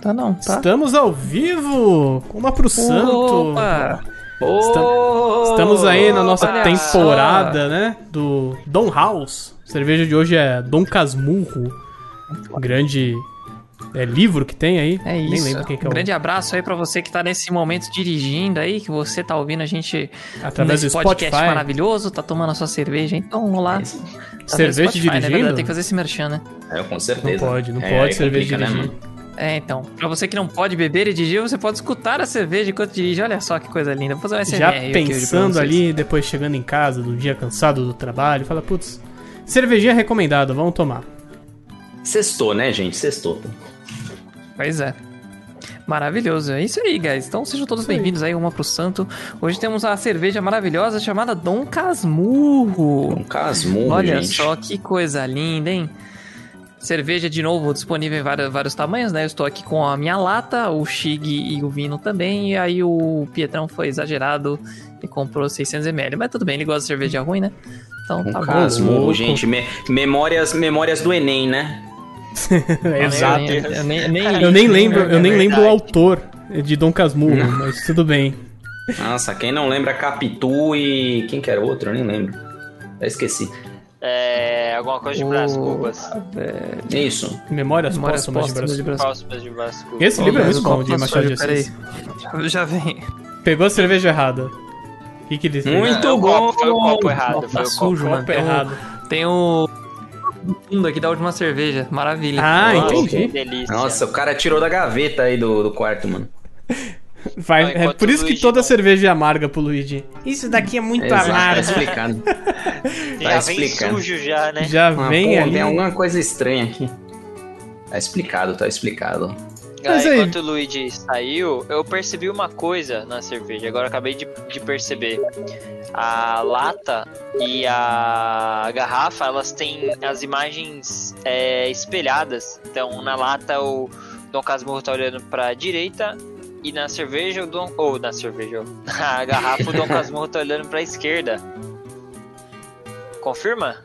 Tá não, tá. Estamos ao vivo! Uma pro santo! Estam- Estamos aí na nossa Olha só. temporada, né? Do Don House. A cerveja de hoje é Dom Casmurro. Um grande é, livro que tem aí. É Nem isso. lembro quem que é Um o... grande abraço aí pra você que tá nesse momento dirigindo aí, que você tá ouvindo a gente Através do nesse podcast Spotify. maravilhoso, tá tomando a sua cerveja, então vamos lá. Tá vendo Cerveja Spotify, né? dirigindo? Verdade, Tem que fazer esse merchan, né? É, com Não certeza. pode, não É, pode aí cerveja complica, né, dirigir. mano? É, então. Pra você que não pode beber e dirigir, você pode escutar a cerveja enquanto dirige. Olha só que coisa linda. Vou fazer um SMR Já aqui hoje pra pensando vocês. ali, depois chegando em casa, do dia cansado do trabalho, fala, putz, cervejinha recomendada, vamos tomar. Sextou, né, gente? Sextou. Pois é. Maravilhoso, é isso aí, guys. Então sejam todos bem-vindos aí, uma pro santo. Hoje temos a cerveja maravilhosa chamada Dom Casmurro. Um casmurro, Olha gente. só que coisa linda, hein? Cerveja de novo disponível em vários, vários tamanhos, né? Eu estou aqui com a minha lata, o Chig e o Vino também. E aí o Pietrão foi exagerado e comprou 600ml. Mas tudo bem, ele gosta de cerveja ruim, né? Então Um tá bom. casmurro, louco. gente. Me- memórias, memórias do Enem, né? Exato. Eu nem- eu nem- eu nem Eu nem lembro, eu nem É lembro o verdade. autor de Dom Casmurro, mas tudo bem. Nossa, quem não lembra Capitu e. Quem que era outro? Eu nem lembro. Eu esqueci. É, alguma coisa de O- Brás Cubas. É Isso. Memórias, Memórias Póstumas de póstumas de Brasil. Ah, Brás Próximas de Brás Cubas. Esse livro é muito bom de Nossa, Machado de tá peraí. Assis. Já- Já vem. Pegou a cerveja errada. O que, que ele fez? Muito É, é o copo, foi o bom. copo errado, foi Tá o copo. sujo, mano. copo Tem o, errado. tem o fundo aqui da última cerveja. Maravilha. Ah, Nossa, que entendi. delícia. Nossa, o cara tirou da gaveta aí do, do quarto, mano. Vai- é Enquanto por isso o que Luigi toda não- cerveja é amarga pro Luigi. Isso daqui é muito Exato, tá amargo. explicado. já tá vem explicando. sujo já, né? Já Ah, vem pô, ali. Tem alguma coisa estranha aqui. Tá explicado, tá explicado. Galera, Mas aí- Enquanto o Luigi saiu, eu percebi uma coisa na cerveja. Agora eu acabei de, de perceber. A lata e a garrafa, elas têm as imagens é, espelhadas. Então, na lata, o Dom Casmurro tá olhando pra direita. E na cerveja, o Dom... Ou na cerveja, ó. na garrafa, o Dom Casmurro tá olhando pra esquerda. Confirma?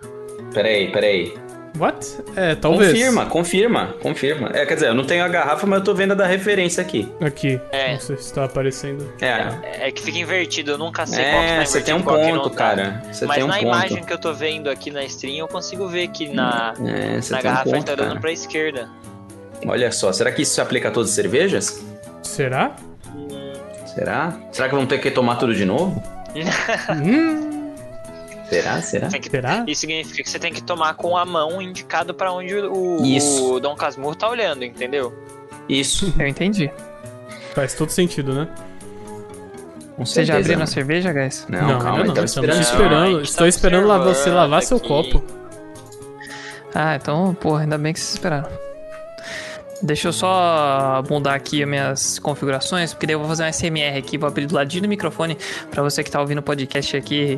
Peraí, peraí. What? É, talvez. Confirma, confirma, confirma. É, quer dizer, eu não tenho a garrafa, mas eu tô vendo a da referência aqui. Aqui. É. Não sei se tá aparecendo. É, É que fica invertido, eu nunca sei qual que tá é invertido. você tem um e qual que não ponto, tá. cara. Você Mas tem um na ponto. imagem que eu tô vendo aqui na stream, eu consigo ver que na, É, você na tem um garrafa ele ponto, tá olhando cara. pra esquerda. Olha só, será que isso se aplica a todas as cervejas? Será? Será? Será que vão ter que tomar tudo de novo? hum, Será, será? Tem que- será? Isso significa que você tem que tomar com a mão indicado pra onde o, Isso. o Dom Casmurro tá olhando, entendeu? Isso. Eu entendi. Faz todo sentido, né? Com Você já certeza. abriu na cerveja, guys? Não, ainda calma, ele tava Estamos esperando. esperando. Não, a gente Estou tá esperando lavar- você observando lavar seu aqui. copo. Ah, então, porra, ainda bem que vocês esperaram. Deixa eu só mudar aqui as minhas configurações, porque daí eu vou fazer um SMR aqui, vou abrir do ladinho do microfone pra você que tá ouvindo o podcast aqui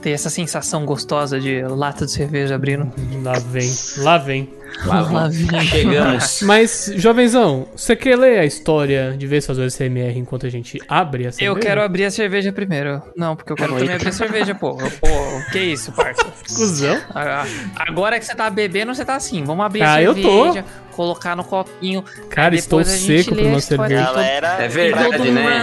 ter essa sensação gostosa de lata de cerveja abrindo. Lá vem. Lá vem. Lá vamos. Lá vem. Chegamos. Mas, jovenzão, você quer ler a história de vez fazer o SMR enquanto a gente abre a cerveja? Eu quero abrir a cerveja primeiro. Não, porque eu quero também abrir a cerveja, pô. Pô, que isso, parça. Cusão. Ah, Agora que você tá bebendo, você tá assim. Vamos abrir a Ah, eu tô. cerveja, colocar no copinho. Cara, aí estou depois a gente seco lê por uma a história cerveja. toda. Galera, É Tem verdade, todo um né? pra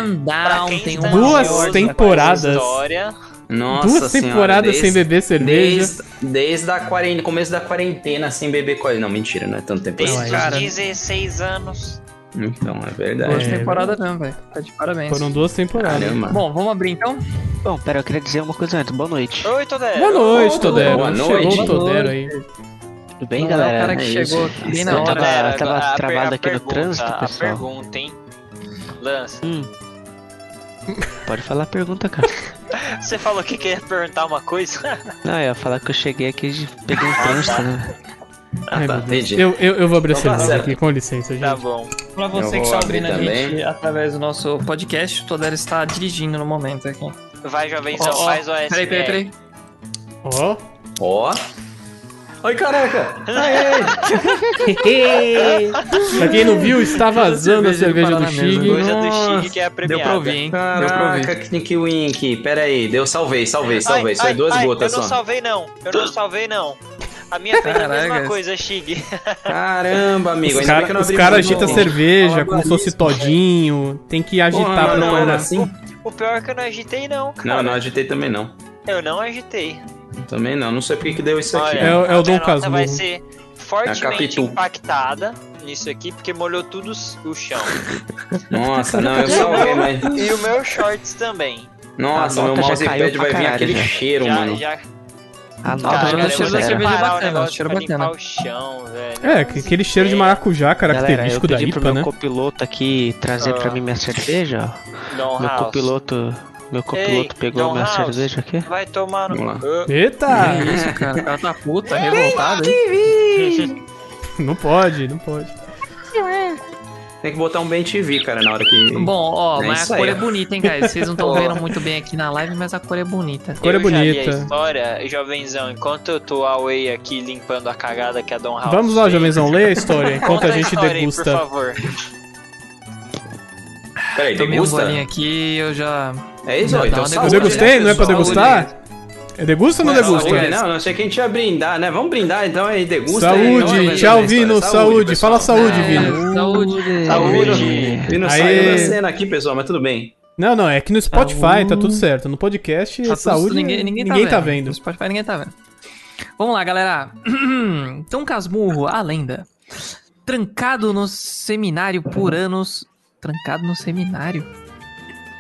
rundown, quem tem um tá uma Duas ansioso pra temporadas. essa História, Nossa Duas senhora, temporadas sem desde- beber cerveja. Desde, desde a quarentena, começo da quarentena sem beber coisa. Não, mentira, não é tanto tempo desde Não, assim. os cara. 16 anos. Então, é Duas verdade. É, temporadas mesmo, velho. Tá de parabéns. Foram duas temporadas. Caramba. Bom, vamos abrir então? Bom, pera, eu queria dizer uma coisa antes. Boa noite. Oi, Todé. Boa noite, Ô, Todero. boa Chegou o noite. Todero aí. Tudo bem, Não, é galera? o cara que é chegou isso. aqui bem na Eu hora. tava- Galera, eu tava agora a travado per- aqui no pergunta, trânsito, a pessoal. pergunta, hein? Lança, Pode falar a pergunta, cara. você falou que queria perguntar uma coisa? Não, eu ia falar que eu cheguei aqui e peguei um trânsito, né? Ah, tá, entendi. Eu, eu, eu vou abrir a Então tá cerveja certo. aqui, com licença, gente. tá bom. Pra Eu você vou que está abrir ouvindo a gente também. através do nosso podcast, o Todero está dirigindo no momento aqui. Vai, jovenzão, Ó, ó, faz o ASMR. Peraí, peraí, peraí. Ó. Ó. Oi, caraca! pra quem não viu, está vazando a cerveja cerveja do do Paraná mesmo. Chig. Coisa do Nossa, Chique que é a Deu premiada. pra ouvir, hein? Deu pra ouvir. Caraca, Knick Wink. Pera aí, deu, salvei, salvei, salvei. Ai, Saiu ai, duas ai, gotas Eu não só. salvei, não. Eu não salvei, não. A minha fez a mesma Caraca. coisa, Shig. Caramba, amigo. Os ainda bem que eu não caras abri cara mais, um. não. agitam cerveja Olha como se fosse isso. todinho. Tem que Porra, Tá agitar pra mas não era tornar. assim? O pior é que eu não agitei, não, cara. Não, não agitei também não. Eu não agitei. Também não. Não sei por que que deu isso aqui. Olha, É o- é o a Dom minha nota vai Casmurro. ser É a Capitu. fortemente impactada nisso aqui, porque molhou tudo s- o chão. Nossa, não, eu salvei, mas. e o meu shorts também. Nossa, Tá A meu nota já mousepad caiu vai pra vir caralho, aquele já. cheiro, já, mano. Ah, já A Tá, já nota do eu meu lembro vou da cerveja cheiro separar o bacana, negócio cheiro pra bacana. limpar o chão, velho. É, que- aquele cheiro de maracujá Galera, eu característico da pedi pro IPA, meu né? copiloto aqui trazer pra mim minha cerveja, Dom ó. Meu Um House. copiloto, meu copiloto Ei, pegou Don minha House. cerveja aqui. Vai tomar no. Vamos Ah, Eita! Que isso, cara? O cara tá puta, revoltado, hein? Não pode, não pode. Tem que botar um bem TV, cara, na hora que. Bom, ó, É mas isso a aí, cor ó. é bonita, hein, guys? Vocês não estão Boa. vendo muito bem aqui na live, mas a cor é bonita. Cor é eu já li a bonita. história, jovenzão, enquanto eu tô away aqui limpando a cagada que a Dom House. Vamos lá, fez, Jamezão, leia a história enquanto Ah, Conta a gente história aí, por degusta. favor. Peraí, Tomei um degusta? bolinho aqui, eu já... É isso, ó. Não, Então não, Eu salve. degustei? Não é pra Saúde. degustar? É degusta ou não Ué, saúde, degusta? Não, não sei quem tinha brindar, né? Vamos brindar então aí, degusta. aí, não é Saúde! brindar, Tchau, né, Vino! história. Saúde! pessoal. Fala saúde, É, Vino! Saúde. Tá Tá Saúde! Vino Aê. saiu da cena aqui, pessoal, mas tudo bem. Não, não, é que no Spotify Saúde. tá tudo certo. No podcast, Tá tudo- saúde, ninguém, tá vendo. No Spotify ninguém tá vendo. Vamos lá, galera. Então, Casmurro, a lenda. Trancado no seminário por anos... Trancado no seminário?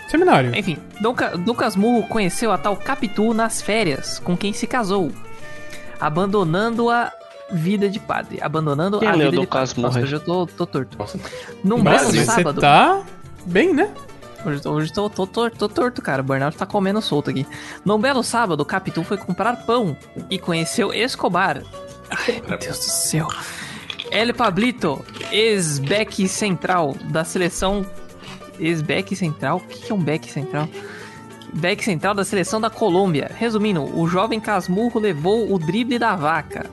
Seminário. Enfim, Dom, Ca- Dom Casmurro conheceu a tal Capitu nas férias, com quem se casou, abandonando a vida de padre. Abandonando Quem a leu vida Dom de padre. Casmurro Nossa, aí? hoje eu tô, tô torto. Nossa. Num Nossa, belo mas você sábado. tá bem, né? Hoje, hoje tô, tô, tô, tô torto, cara. O Burnout tá comendo solto aqui. Num belo sábado, o Capitu foi comprar pão e conheceu Escobar. Ai, meu Deus do céu. El Pablito, ex-back central da seleção. Ex-back central? O que que é um back central? Back central da seleção da Colômbia. Resumindo, o jovem Casmurro levou o drible da vaca.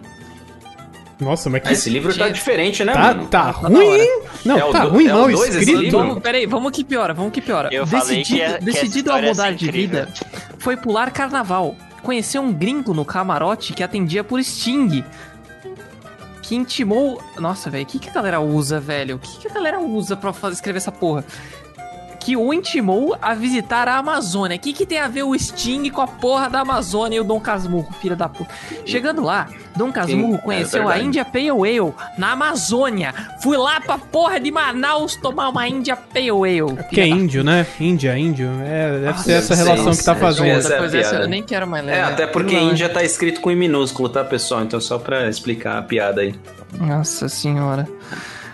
Nossa, mas que... Esse livro tá diferente, né, Tá, mano? tá tá da ruim, hora. hein? Não, É o tá do- ruim, é o mal dois esse escrito. livro? Vamos, peraí, vamos que piora, vamos que piora. Eu falei que é- que essa decidido a história é mudar de incrível. vida, foi pular carnaval. Conheceu um gringo no camarote que atendia por Sting. Que intimou. Nossa, velho, o que, que a galera usa, velho? O que, que a galera usa pra fa- escrever essa porra? Que o intimou a visitar a Amazônia. O que, que tem a ver o Sting com a porra da Amazônia e o Dom Casmurro, filha da puta? Chegando lá, Dom Casmurro é conheceu a verdade. Índia Pale Ale na Amazônia. Fui lá pra porra de Manaus tomar uma Índia Pale Ale. Que é índio, né? Índia, índio. Ah, É, deve ser essa sim, relação que tá sim. fazendo. Essa é a Pois essa piada. eu nem quero mais ler. É, até porque Não. Índia tá escrito com I minúsculo, tá, pessoal? Então só pra explicar a piada aí. Nossa senhora.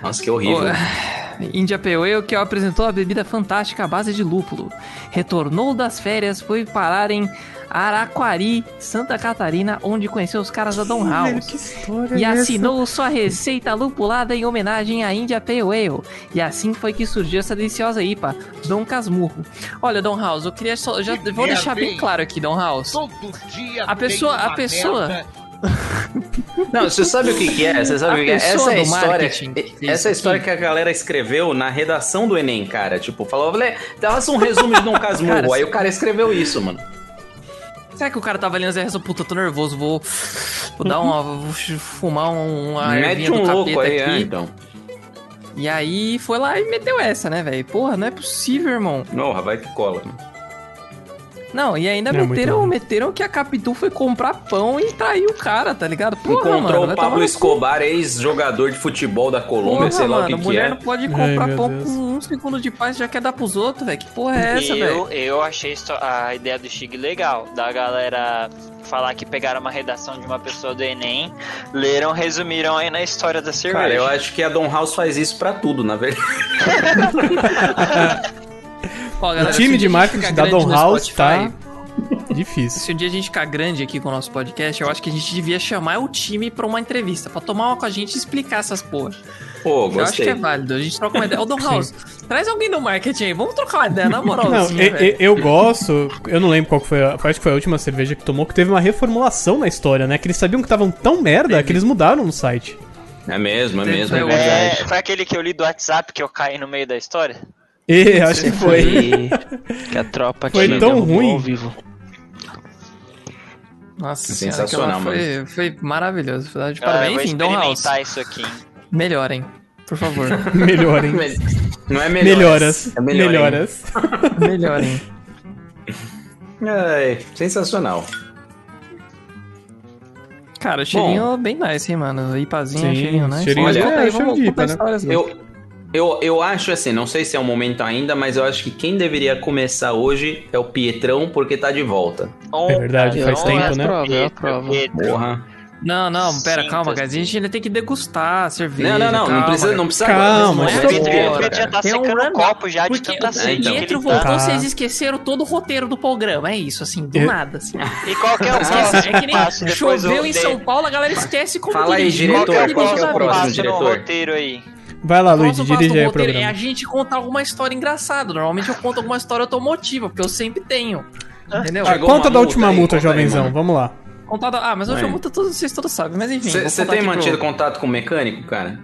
Nossa, que horrível. ah, Índia Pale Ale, que apresentou a bebida fantástica à base de lúpulo. Retornou das férias, foi parar em Araquari, Santa Catarina, onde conheceu os caras da Don Velho, House. que história E é essa? assinou sua receita lupulada em homenagem à Índia Pale Ale. E assim foi que surgiu essa deliciosa IPA, Dom Casmurro. Olha, Dom House, eu queria só. Já vou É deixar bem bem. claro aqui, Dom House. Todo dia A pessoa- tem uma a pessoa- merda. Não, você sabe o que, que é? Você A sabe o que é? pessoa Essa é a do história. marketing que fez Essa é a história que a galera escreveu na redação do Enem, cara. Tipo, falou, "Lê, dava só um resumo de Dom Casmurro. Cara, Aí o cara escreveu isso, mano. Será que o cara tava lendo essa reação? Puta, eu tô nervoso, vou. Vou dar uma. Vou fumar um- uma Mete ervinha um do louco capeta aí, é, aqui. então. E aí foi lá e meteu essa, né, velho? Porra, não é possível, irmão. Porra, vai que cola. Não, e ainda É, muito meteram, bom. meteram que a Capitu foi comprar pão e traiu o cara, tá ligado? Porra, Encontrou mano, o vai tomar Pablo no Escobar, ex-jogador de futebol da Colômbia, Porra, sei lá mano, o que, que mulher é. não pode Ai, comprar meu pão Deus. com um segundo de paz e já quer dar pros outros, velho. Que porra é essa, velho? eu, eu achei isso- a ideia do Stig legal, da galera falar que pegaram uma redação de uma pessoa do Enem, leram, resumiram aí na história da cerveja. Cara, eu acho que a Don House faz isso pra tudo, na verdade. Ó, O galera, se um dia time de a gente marketing ficar da grande Don no House tá Spotify, difícil. Se um dia a gente ficar grande aqui com o nosso podcast, eu acho que a gente devia chamar o time pra uma entrevista, pra tomar uma com a gente e explicar essas porras. Pô, Eu acho que gostei. é válido, a gente troca uma ideia. Ô, Don House, traz alguém do marketing aí, vamos trocar uma ideia, na moral. Não, assim, e- velho. e- eu gosto, eu não lembro qual que foi, a, acho que foi a última cerveja que tomou, que teve uma reformulação na história, né? Que eles sabiam que estavam tão merda que eles mudaram no site. É mesmo, é Tem- mesmo. é É É, verdade. foi aquele que eu li do WhatsApp que eu caí no meio da história? E acho que foi. Que a tropa Foi te tão derrubou ruim. ao vivo. Nossa Sensacional, aquela foi, foi maravilhoso. Foi de Galera, eu parabéns. vou Enfim, Don House, experimentar isso aqui. hein. melhorem, por favor. Melhorem. Não é Melhoras. melhoras. É melhor, hein? Melhoras. melhorem. Ai, sensacional. Cara, cheirinho bem nice, hein, mano. Ipazinho, Sim, cheirinho nice. cheirinho é- Olha, é aí, cheiro vamos de contar Ipa, né? histórias. né? Eu, eu, eu acho assim, não sei se é o momento ainda, mas eu acho que quem deveria começar hoje é o Pietrão, porque tá de volta. É verdade, faz Honra, tempo, honra, né? Prova, é a Pietro, prova. Pietro. Porra. Não, não, pera, Sinto, calma, cara. A assim. gente ainda tem que degustar a cerveja. Não, não, não, não calma. precisa, não precisa Calma, agora. nesse Mas o isso é momento é Pietro agora, Pietro já tá Tem um secando o round-up, copo já de Porque o Tá tanta então. sede que Pietro ele voltou, tá. Tá. vocês esqueceram todo o roteiro do programa. É isso, assim, do Eu- nada. assim. Ah, E qual que é o Esquece, é que próximo passo nem depois do choveu em São roteiro? Paulo, a galera esquece como Fala aí, dirigir. diretor, Qualquer qual coisa que é o da vida. próximo, passo no diretor? roteiro aí? Vai lá, O Luigi, próximo passo dirige do aí o roteiro é a programa. gente contar alguma história engraçada. Normalmente eu conto alguma história automotiva, porque eu sempre tenho. Entendeu? Ah, Chegou Conta uma da multa última aí, multa, conta aí, jovenzão. mano. Vamos lá. Contada. Ah, mas hoje eu Ué. muto todos, vocês todos sabem, mas enfim. vou Você contar tem aqui pro- mantido contato com o mecânico, cara?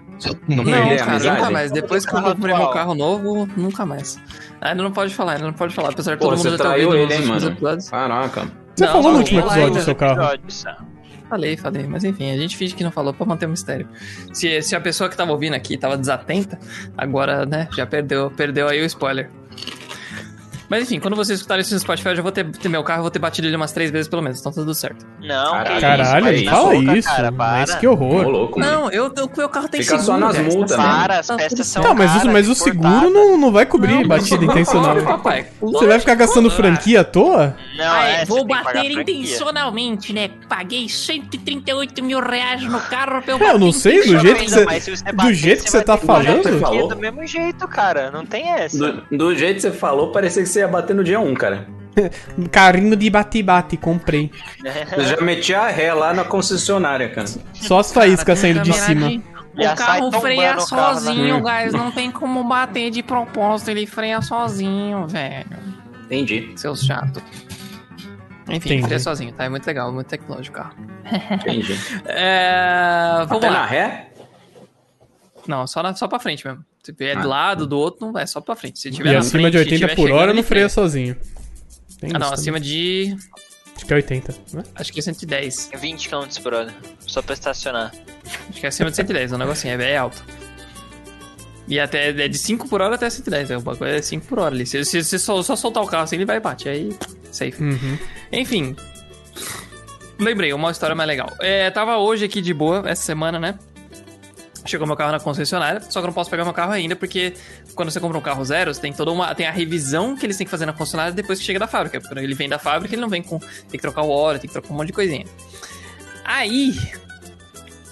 Não Não, perder a cara, nunca amizade? mais. Depois que eu Carro comprei meu atual. carro novo, nunca mais. Ainda não pode falar, ainda não pode falar. Apesar de Pô, todo mundo você já ter traiu ouvido ele, nos hein, últimos mano? episódios. Caraca. Você Não, falou no não, último não, episódio ainda. do seu carro. Episódio, Sam. Falei, falei. Mas enfim, a gente finge que não falou pra manter o mistério. Se, se a pessoa que tava ouvindo aqui tava desatenta, agora, né, já perdeu, perdeu aí o spoiler. Mas enfim, quando vocês escutarem isso no Spotify, eu já vou ter, ter meu carro, vou ter batido ele umas três vezes pelo menos, então tá tudo certo. Não, Caralho, Caralho, isso, não para fala isso. isso. Cara, Mas para. que Ô, horror. louco, mano. Não, eu, eu- o meu carro tem Fica só seguro, nas velho, multas, tá né? certo, Para, as tá tudo peças são certo. Tá, mas, caras, isso, mas o importadas. seguro não, não vai cobrir Não, batida não, intencional. papai. Você vai ficar gastando Lógico, franquia à toa? Não, Ah, é, é, você vou tem que pagar bater franquia. intencionalmente, né? Paguei 138 mil reais no carro pra eu É, eu não sei, do Jovem, jeito que você. mas se você Do bater, jeito que você vai tá ter que pagar falando? franquia Falou. Do mesmo jeito, cara. Não tem essa. Do, do jeito que você falou, parecia que você ia bater no dia 1, cara. Carrinho de bate-bate, comprei. né? Eu já meti a ré lá na concessionária, cara. Só as faíscas saindo de cima. Já É O sai carro tombando freia o carro, né? sozinho, guys. Não tem como bater de propósito. Ele freia sozinho, velho. Entendi. Seu chato. Enfim, Entendi. freia sozinho, tá? É muito legal, muito tecnológico o carro. Entendi. É. Vamos Até lá. na ré? Não, só, na, só pra frente mesmo. Se tiver do lado, do outro, não é só pra frente. Se tiver Ah. E na acima frente, de se tiver 80 por chegando, hora ele não assim, freia sozinho. Tem Ah, não, isso acima também. de. Acho que é 80, Tá né? Acho que é 110. 20 km por hora. Só pra estacionar. Acho que é acima de 110, o negocinho é, é alto. E até é de 5 por hora até 110, é uma coisa é 5 por hora ali. Se você só, só soltar o carro assim, ele vai e bate, aí safe. Uhum. Enfim. Lembrei, uma história mais legal. É, tava hoje aqui de boa, essa semana, né? Chegou meu carro na concessionária, só que eu não posso pegar meu carro ainda, porque quando você compra um carro zero, você tem toda uma. Tem a revisão que eles têm que fazer na concessionária depois que chega da fábrica. Quando ele vem da fábrica, ele não vem com. Tem que trocar o óleo, tem que trocar um monte de coisinha. Aí.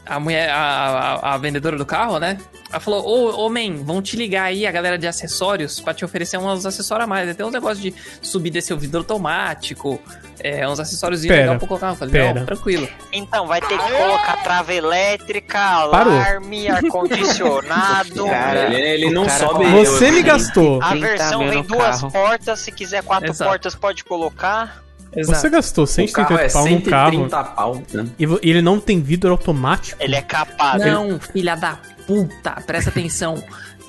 A mulher, a, a- a vendedora do carro, né? Ela falou: Ô, ô, man, vão te ligar aí, a galera de acessórios, pra te oferecer uns acessórios a mais. Né? Tem uns negócios de subir e descer o vidro automático, é, uns acessórios Pera, legal pra colocar. Eu falei: pera. Não, tranquilo. Então, vai ter que colocar trava elétrica, alarme, ar-condicionado. Cara, ele, ele não o cara sobe. fala- Você eu- Ah, me gastou. A tá 30 versão mil vem no duas carro. portas. Se quiser quatro Exato. portas, pode colocar. Você gastou O carro é 138 pau num 130 carro. pau. né? E vo- e ele não tem vidro automático. Ele é Ah, capado. Não, filha da puta, presta atenção.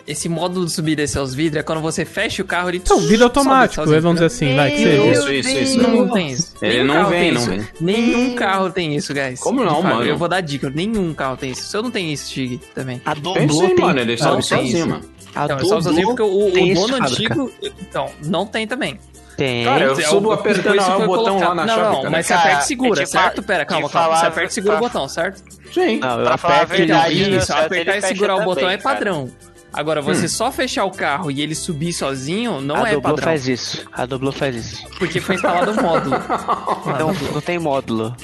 Esse módulo de subir e descer os vidros é quando você fecha o carro, ele. Então, vidro automático, sobe sozinho. vamos dizer assim, vai, que Meu seja. Isso, isso, isso. Deus, Não tem isso. Ele Nenhum não carro vem, tem não isso. vem. Nenhum carro tem isso, guys. Como De não, fato, mano? Eu vou dar dica, nenhum carro tem isso. Se eu não tenho isso, Chig, também. A É Tem Doblo sim, tem. mano. Ele não, sobe tem sozinho, isso. mano. A Então, eu só sozinho porque Doblo o, o tem esse dono fábrica. antigo. Então, não tem também. tem. Cara, eu É, subo o- apertando isso lá foi o botão colocado. lá na não, chave, Não, cara. é mas você Cara, aperta e segura, eu te fa- certo? Pera, eu te calma, calma. Você falava- aperta e segura o fa- botão, certo? Sim. Não, eu Pra falar a aperto e verdade, não Aí, vi. né? Isso, certo, ele apertar e fecha segurar o também, botão é cara. padrão. Agora, você só fechar o carro e ele subir sozinho não Hum. a é Doblo padrão. faz isso. A Doblo faz isso. Porque foi instalado um módulo. Não, não tem módulo.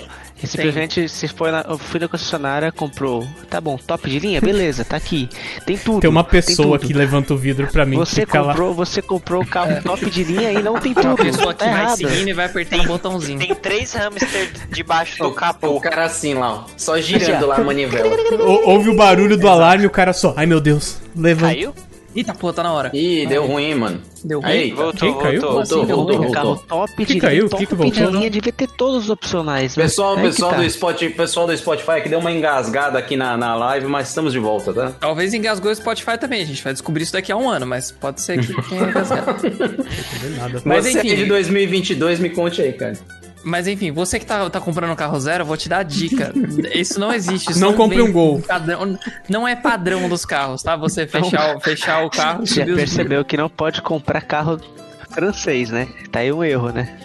E simplesmente se foi na, eu fui na concessionária, comprou. Tá bom, top de linha, beleza, tá aqui. Tem tudo. Tem uma tudo. pessoa que levanta o vidro pra mim e Você fica lá. comprou, você comprou o carro top de linha e não tem Uma tudo. pessoa que tá vai errado. seguindo e vai apertando o botãozinho. Tem três hamsters debaixo do capô. cara assim lá, ó, só girando lá a manivela. O- ouve o barulho do alarme e o cara só. Ai meu Deus, levanta. Caiu? Eita porra, tá na hora. Ih, deu ruim, mano. Deu ruim. Aí, Voltou, Quem caiu? voltou. voltou, voltou, Porra, um carro voltou. top de Que linha, caiu? top Que que de voltou? linha, devia ter todos os opcionais. mas Pessoal, é que pessoal, tá. do Spotify, pessoal do Spotify que deu uma engasgada aqui na, na live, mas estamos de volta, tá? Talvez engasgou o Spotify também, a gente vai descobrir isso daqui a um ano, mas pode ser que tenha engasgado. Não vê nada. Mas Você enfim. é de 2022, me conte aí, cara. Mas enfim, você que tá, tá comprando um carro zero, eu vou te dar a dica. Isso não existe. Isso Não compre vem um Gol. com padrão- não é padrão dos carros, tá? Você fechar, o- fechar o carro. Já subir os- percebeu que não pode comprar carro francês, né? Tá aí um erro, né?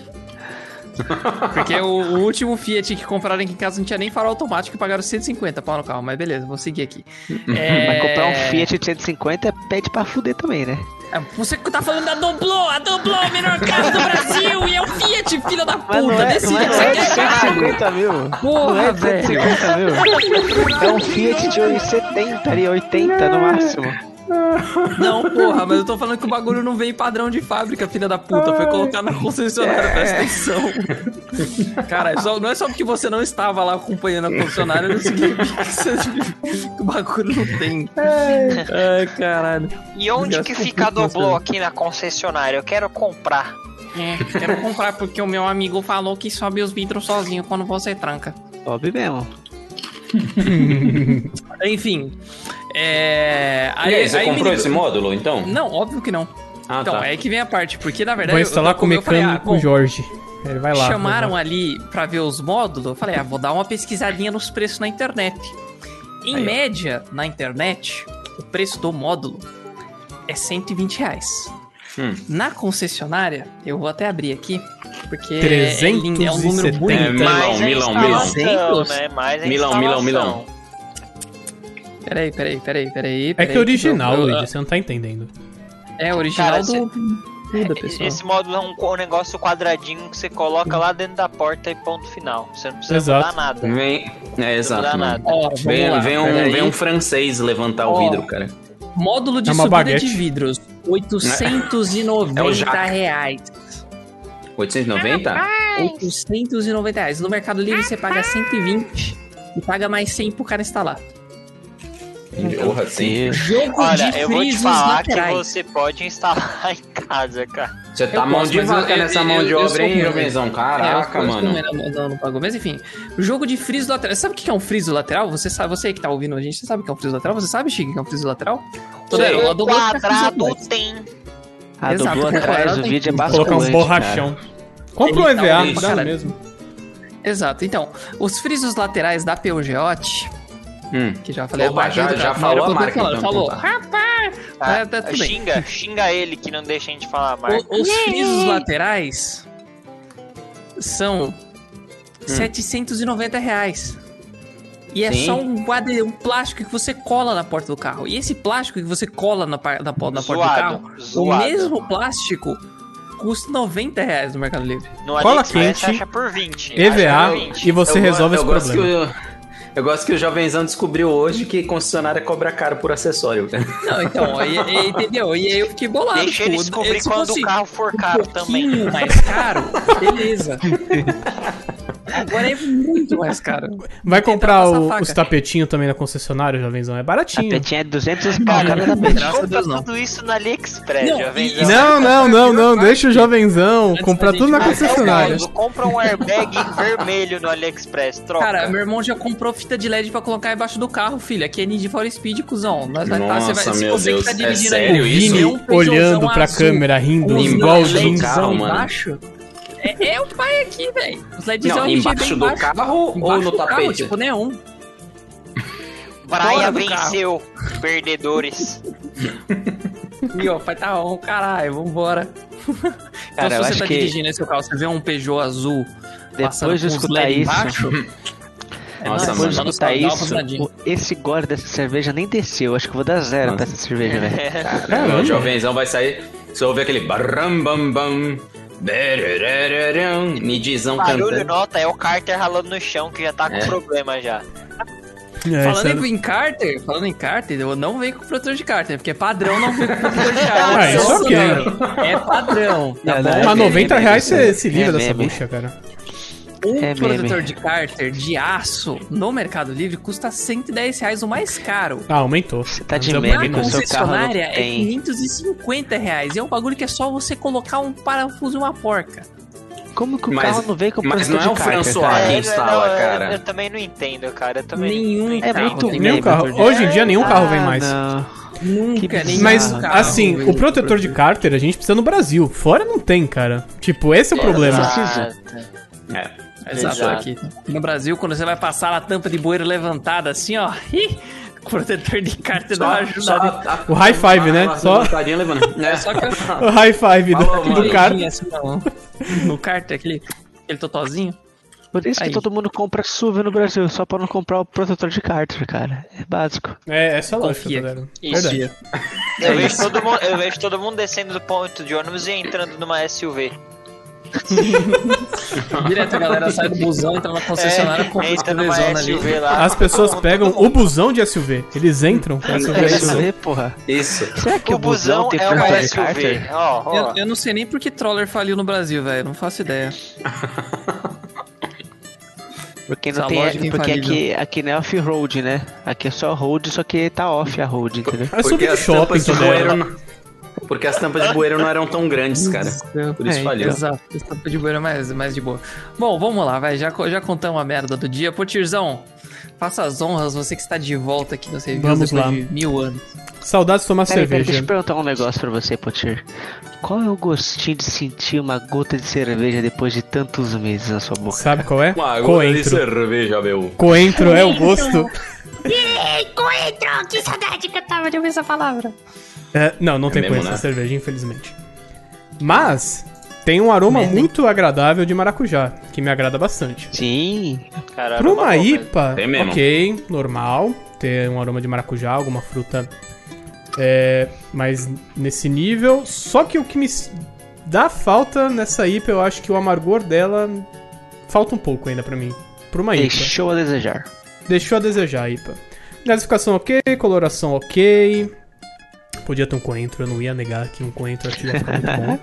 Porque o, o último Fiat que compraram aqui em casa não tinha nem farol automático e pagaram 150 pau no carro. Mas beleza, vou seguir aqui. É... Mas comprar um Fiat de 150 pede pra fuder também, né? É, Você que tá falando da Doblô, a Doblô é o melhor carro do Brasil e é o Fiat, filha da puta. Mas não é, Decide, não é, você de quer carro. 150 mil. Não Porra, é de velho. 150 mil. É um Fiat de 70 ali, 80 no máximo. Não, porra, mas eu tô falando que o bagulho não veio padrão de fábrica, filha da puta. Foi colocar na É. concessionária, presta atenção. Cara, só- não é só porque você não estava lá acompanhando a concessionária, não significa que, você- que o bagulho não tem. Ai, caralho. E onde que fica a Doblô aqui na concessionária? Eu quero comprar. É, quero comprar porque o meu amigo falou que sobe os vidros sozinho quando você tranca. Sobe mesmo. Enfim. É. Aí, e aí, você aí me comprou ligou- esse módulo, então? Não, óbvio que não. Ah, então, tá. é aí que vem a parte, porque na verdade. Vou eu- instalar eu- com o eu falei, ah, mecânico bom, Jorge. Ele vai lá. Chamaram ali pra ver os módulos, eu falei, ah, vou dar uma pesquisadinha nos preços na internet. Em Aí, ó. média, na internet, o preço do módulo é 120 reais. Hum. Na concessionária, eu vou até abrir aqui, porque é- é, lindo, é um 370. número É, bonito. Milão, Mais a Milão, instalação, Milão. Né? Mais a Milão, Milão, instalação. Milão. Peraí, peraí, peraí, peraí. É peraí, que é original, eu- eu- Luigi, você não tá entendendo. É original Cara, do... do da pessoa. Esse módulo é um, co- um negócio quadradinho que você coloca lá dentro da porta e ponto final. Você não precisa Exato. mudar nada. Não Vem. É, precisa exato. mudar mano. nada. Ó, vamos Vem, lá, vem um, peraí. vem um francês levantar o Ó. vidro, cara. Módulo de É uma subida baguete. de vidros, 890 É o Jaca. reais. 890? 890 reais. No Mercado Livre você paga 120 e paga mais 100 pro cara instalar. Porra, assim. Jogo Olha, de eu vou te frisos falar laterais. que você pode instalar em casa, cara. Você tá Eu mão gosto, de mas vaca eu- eu- nessa eu- mão de eu obra, sou hein, ruim. jovenzão? Caraca, É, eu- eu- mano. eu- eu- Não, não pagou. Mas enfim, jogo de friso lateral. Sabe o que é um friso lateral? Você sabe, você que tá ouvindo a gente, você sabe o que é um friso lateral? Você sabe, Chico, o que é um friso lateral? Toda- Sei. ela O dobrou pra friso quadrado lateral. tem. A Exato, dublô porque atrás agora do tem vídeo é que basculante. Colocar um cara. borrachão. Compra um Ele tá EVA, horrível, dá no cara. mesmo. Exato. Então, os frisos laterais da Peugeot, Hum. que já falei Opa, a marca já- do- já não, falou era a pra marca, falar, então, Falou. tá. Ah, Rapaz! Tá? Mas tá tudo bem. xinga, xinga ele que não deixa a gente falar a marca. O- os frisos laterais são Hum. 790 reais. E é Sim. só um, guarda- um plástico que você cola na porta do carro. E esse plástico que você cola na, par- na po- na porta Zoado, do carro, zoado. o mesmo plástico custa 90 reais no Mercado Livre. No Cola AliExpress quente, acha por 20. acha EVA por 20. e você Eu go- resolve eu esse gosto problema. Que o, eu gosto que o jovenzão descobriu hoje que concessionária cobra caro por acessório. Não, então, e, e- entendeu? E aí eu fiquei bolado. Deixa ele tipo, descobrir se quando fosse o carro for um caro também. pouquinho mais caro, beleza. Agora é muito mais caro. Vai Tentar comprar passar o- faca. os tapetinhos também na concessionária, jovenzão. É baratinho. Tapetinho é 200 pau Cara, Tá cada tapete. Graças a compra Deus, não. tudo isso no AliExpress, Não, é já vem. e- Não, não, não, não. Parte. Deixa o jovenzão Antes comprar da tudo gente- na Mas é o concessionária. caso, Compra um airbag vermelho no AliExpress, troca. Cara, meu irmão já comprou fita de LED pra colocar embaixo do carro, filho. Aqui é Need for Speed, cuzão. Nós vai tá, você vai, Nossa, se meu você Deus, que tá é dirigindo aí, sério O isso? Vini vê um Peugeotzão olhando pra azul, um câmera, com rindo, os igualzinho. do carro, LEDzão mano. embaixo. É, é o pai aqui, velho. Os LEDzão Não, que vem embaixo do embaixo. carro ou Embaixo no do carro, tapete? tipo, nenhum. Braia fora do carro. venceu, perdedores. E ó, pai tá on, caralho, vambora. Cara, eu então, se acho você tá que- dirigindo esse carro, você vê um Peugeot azul passando Depois com de os escutar LED isso, embaixo, Nossa, Não, depois mano. de mano, escutar dá uma isso, passadinha. o- esse gore dessa cerveja nem desceu. Acho que eu vou dar zero Nossa. pra essa É, cerveja, velho. É, É. Não, Caramba. o jovenzão vai sair. Você ouve aquele barram bam bam. bererererão, Nidizão Barulho cantando. nota é o Carter ralando no chão que já tá com É. problema já. É, Falando isso é- em, em Carter, falando em Carter, eu não venho com o protetor de Carter, porque é padrão não vem com o protetor de Carter. Ah, isso ok. É padrão. Tá bom? Não, não, né? Mas É meme, 90 é reais meme. você se livra É dessa meme. bucha, cara. Um é meme. protetor de Carter de aço no Mercado Livre custa 110 reais o mais caro. Ah, aumentou. Você tá de Mas eu- meme Na com seu carro. Não concessionária é tem. 550 reais. E é um bagulho que é só você colocar um parafuso e uma porca. Como que o Mas- carro não veio com mas não é protetor o de carga, François cara? Ah, quem eu- instala, eu- cara? Eu, também não entendo, cara. Eu também Nenhum não É carro muito tem meme. Nenhum carro. protetor de- Hoje em dia nenhum carro vem mais. Ah, Não. Nunca, Que nenhum Mas, bizarro. carro assim, vem o com protetor de cárter a gente precisa no Brasil. Fora não tem, cara. Tipo, esse é o entendo. Ah, problema. precisa. Exato. É. Exato, Exato. aqui. No Brasil, quando você vai passar a tampa de bueiro levantada assim, ó. Ih, o protetor de carta dá uma ajudada. a- O high five, né? a- a- Só- levantadinha levando. É. Só que eu- O high five do, Falou, do mano. cara. assim, ó, no carter, aquele, aquele totozinho. Por isso Aí. que todo mundo compra SUV no Brasil, só pra não comprar o protetor de cárter, cara. É básico. É, essa é a lógica, Confia. galera. Isso. Verdade. Eu vejo, todo mundo, eu vejo todo mundo descendo do ponto de ônibus e entrando numa SUV. Direto a galera sai do busão, entra na concessionária, compra os É, entra numa SUVzona ali. SUV lá. As pessoas pegam o busão de SUV. Eles entram com SUV. É isso. SUV, porra. É Isso. Será que O busão é uma protetor SUV. Ó, ó. Eu, eu não sei nem por que Troller faliu no Brasil, velho. Não faço ideia. Porque Essa não tem, lógica é porque aqui, infalível. aqui não é off-road, né? Aqui é só road, só que tá off a road, entendeu? É SUV de as shopping tampas de também. bueiro né? não- Porque as tampas de bueiro não eram tão grandes, cara. Por isso É, falhou. Exato, estampa de boa é mais, mais de boa. Bom, vamos lá, vai. Já, co- já contamos a merda do dia. Potirzão, faça as honras, você que está de volta aqui nos reviews Vamos depois lá. de mil anos. Saudades de tomar Peraí, peraí, deixa cerveja. eu perguntar um negócio pra você, Potir. Qual é o gostinho de sentir uma gota de cerveja depois de tantos meses na sua boca? Sabe qual é? Uma gota Ah, de Coentro. cerveja, meu. Coentro é o gosto. Ei, coentro! Que saudade que eu tava de ouvir essa palavra. É, não, não tem mesmo, coentro né? na cerveja, infelizmente. Mas tem um aroma Né? muito agradável de maracujá, que me agrada bastante. Sim, Pra Cara, era uma uma boa, IPA, né? Tem mesmo. ok, normal, ter um aroma de maracujá, alguma fruta, é, mas nesse nível. Só que o que me s- dá falta nessa IPA, eu acho que o amargor dela falta um pouco ainda pra mim. Pra uma IPA. deixou a desejar. Deixou a desejar a IPA. Classificação ok, coloração ok. Podia ter um coentro, eu não ia negar que um coentro aqui ia ficar muito bom.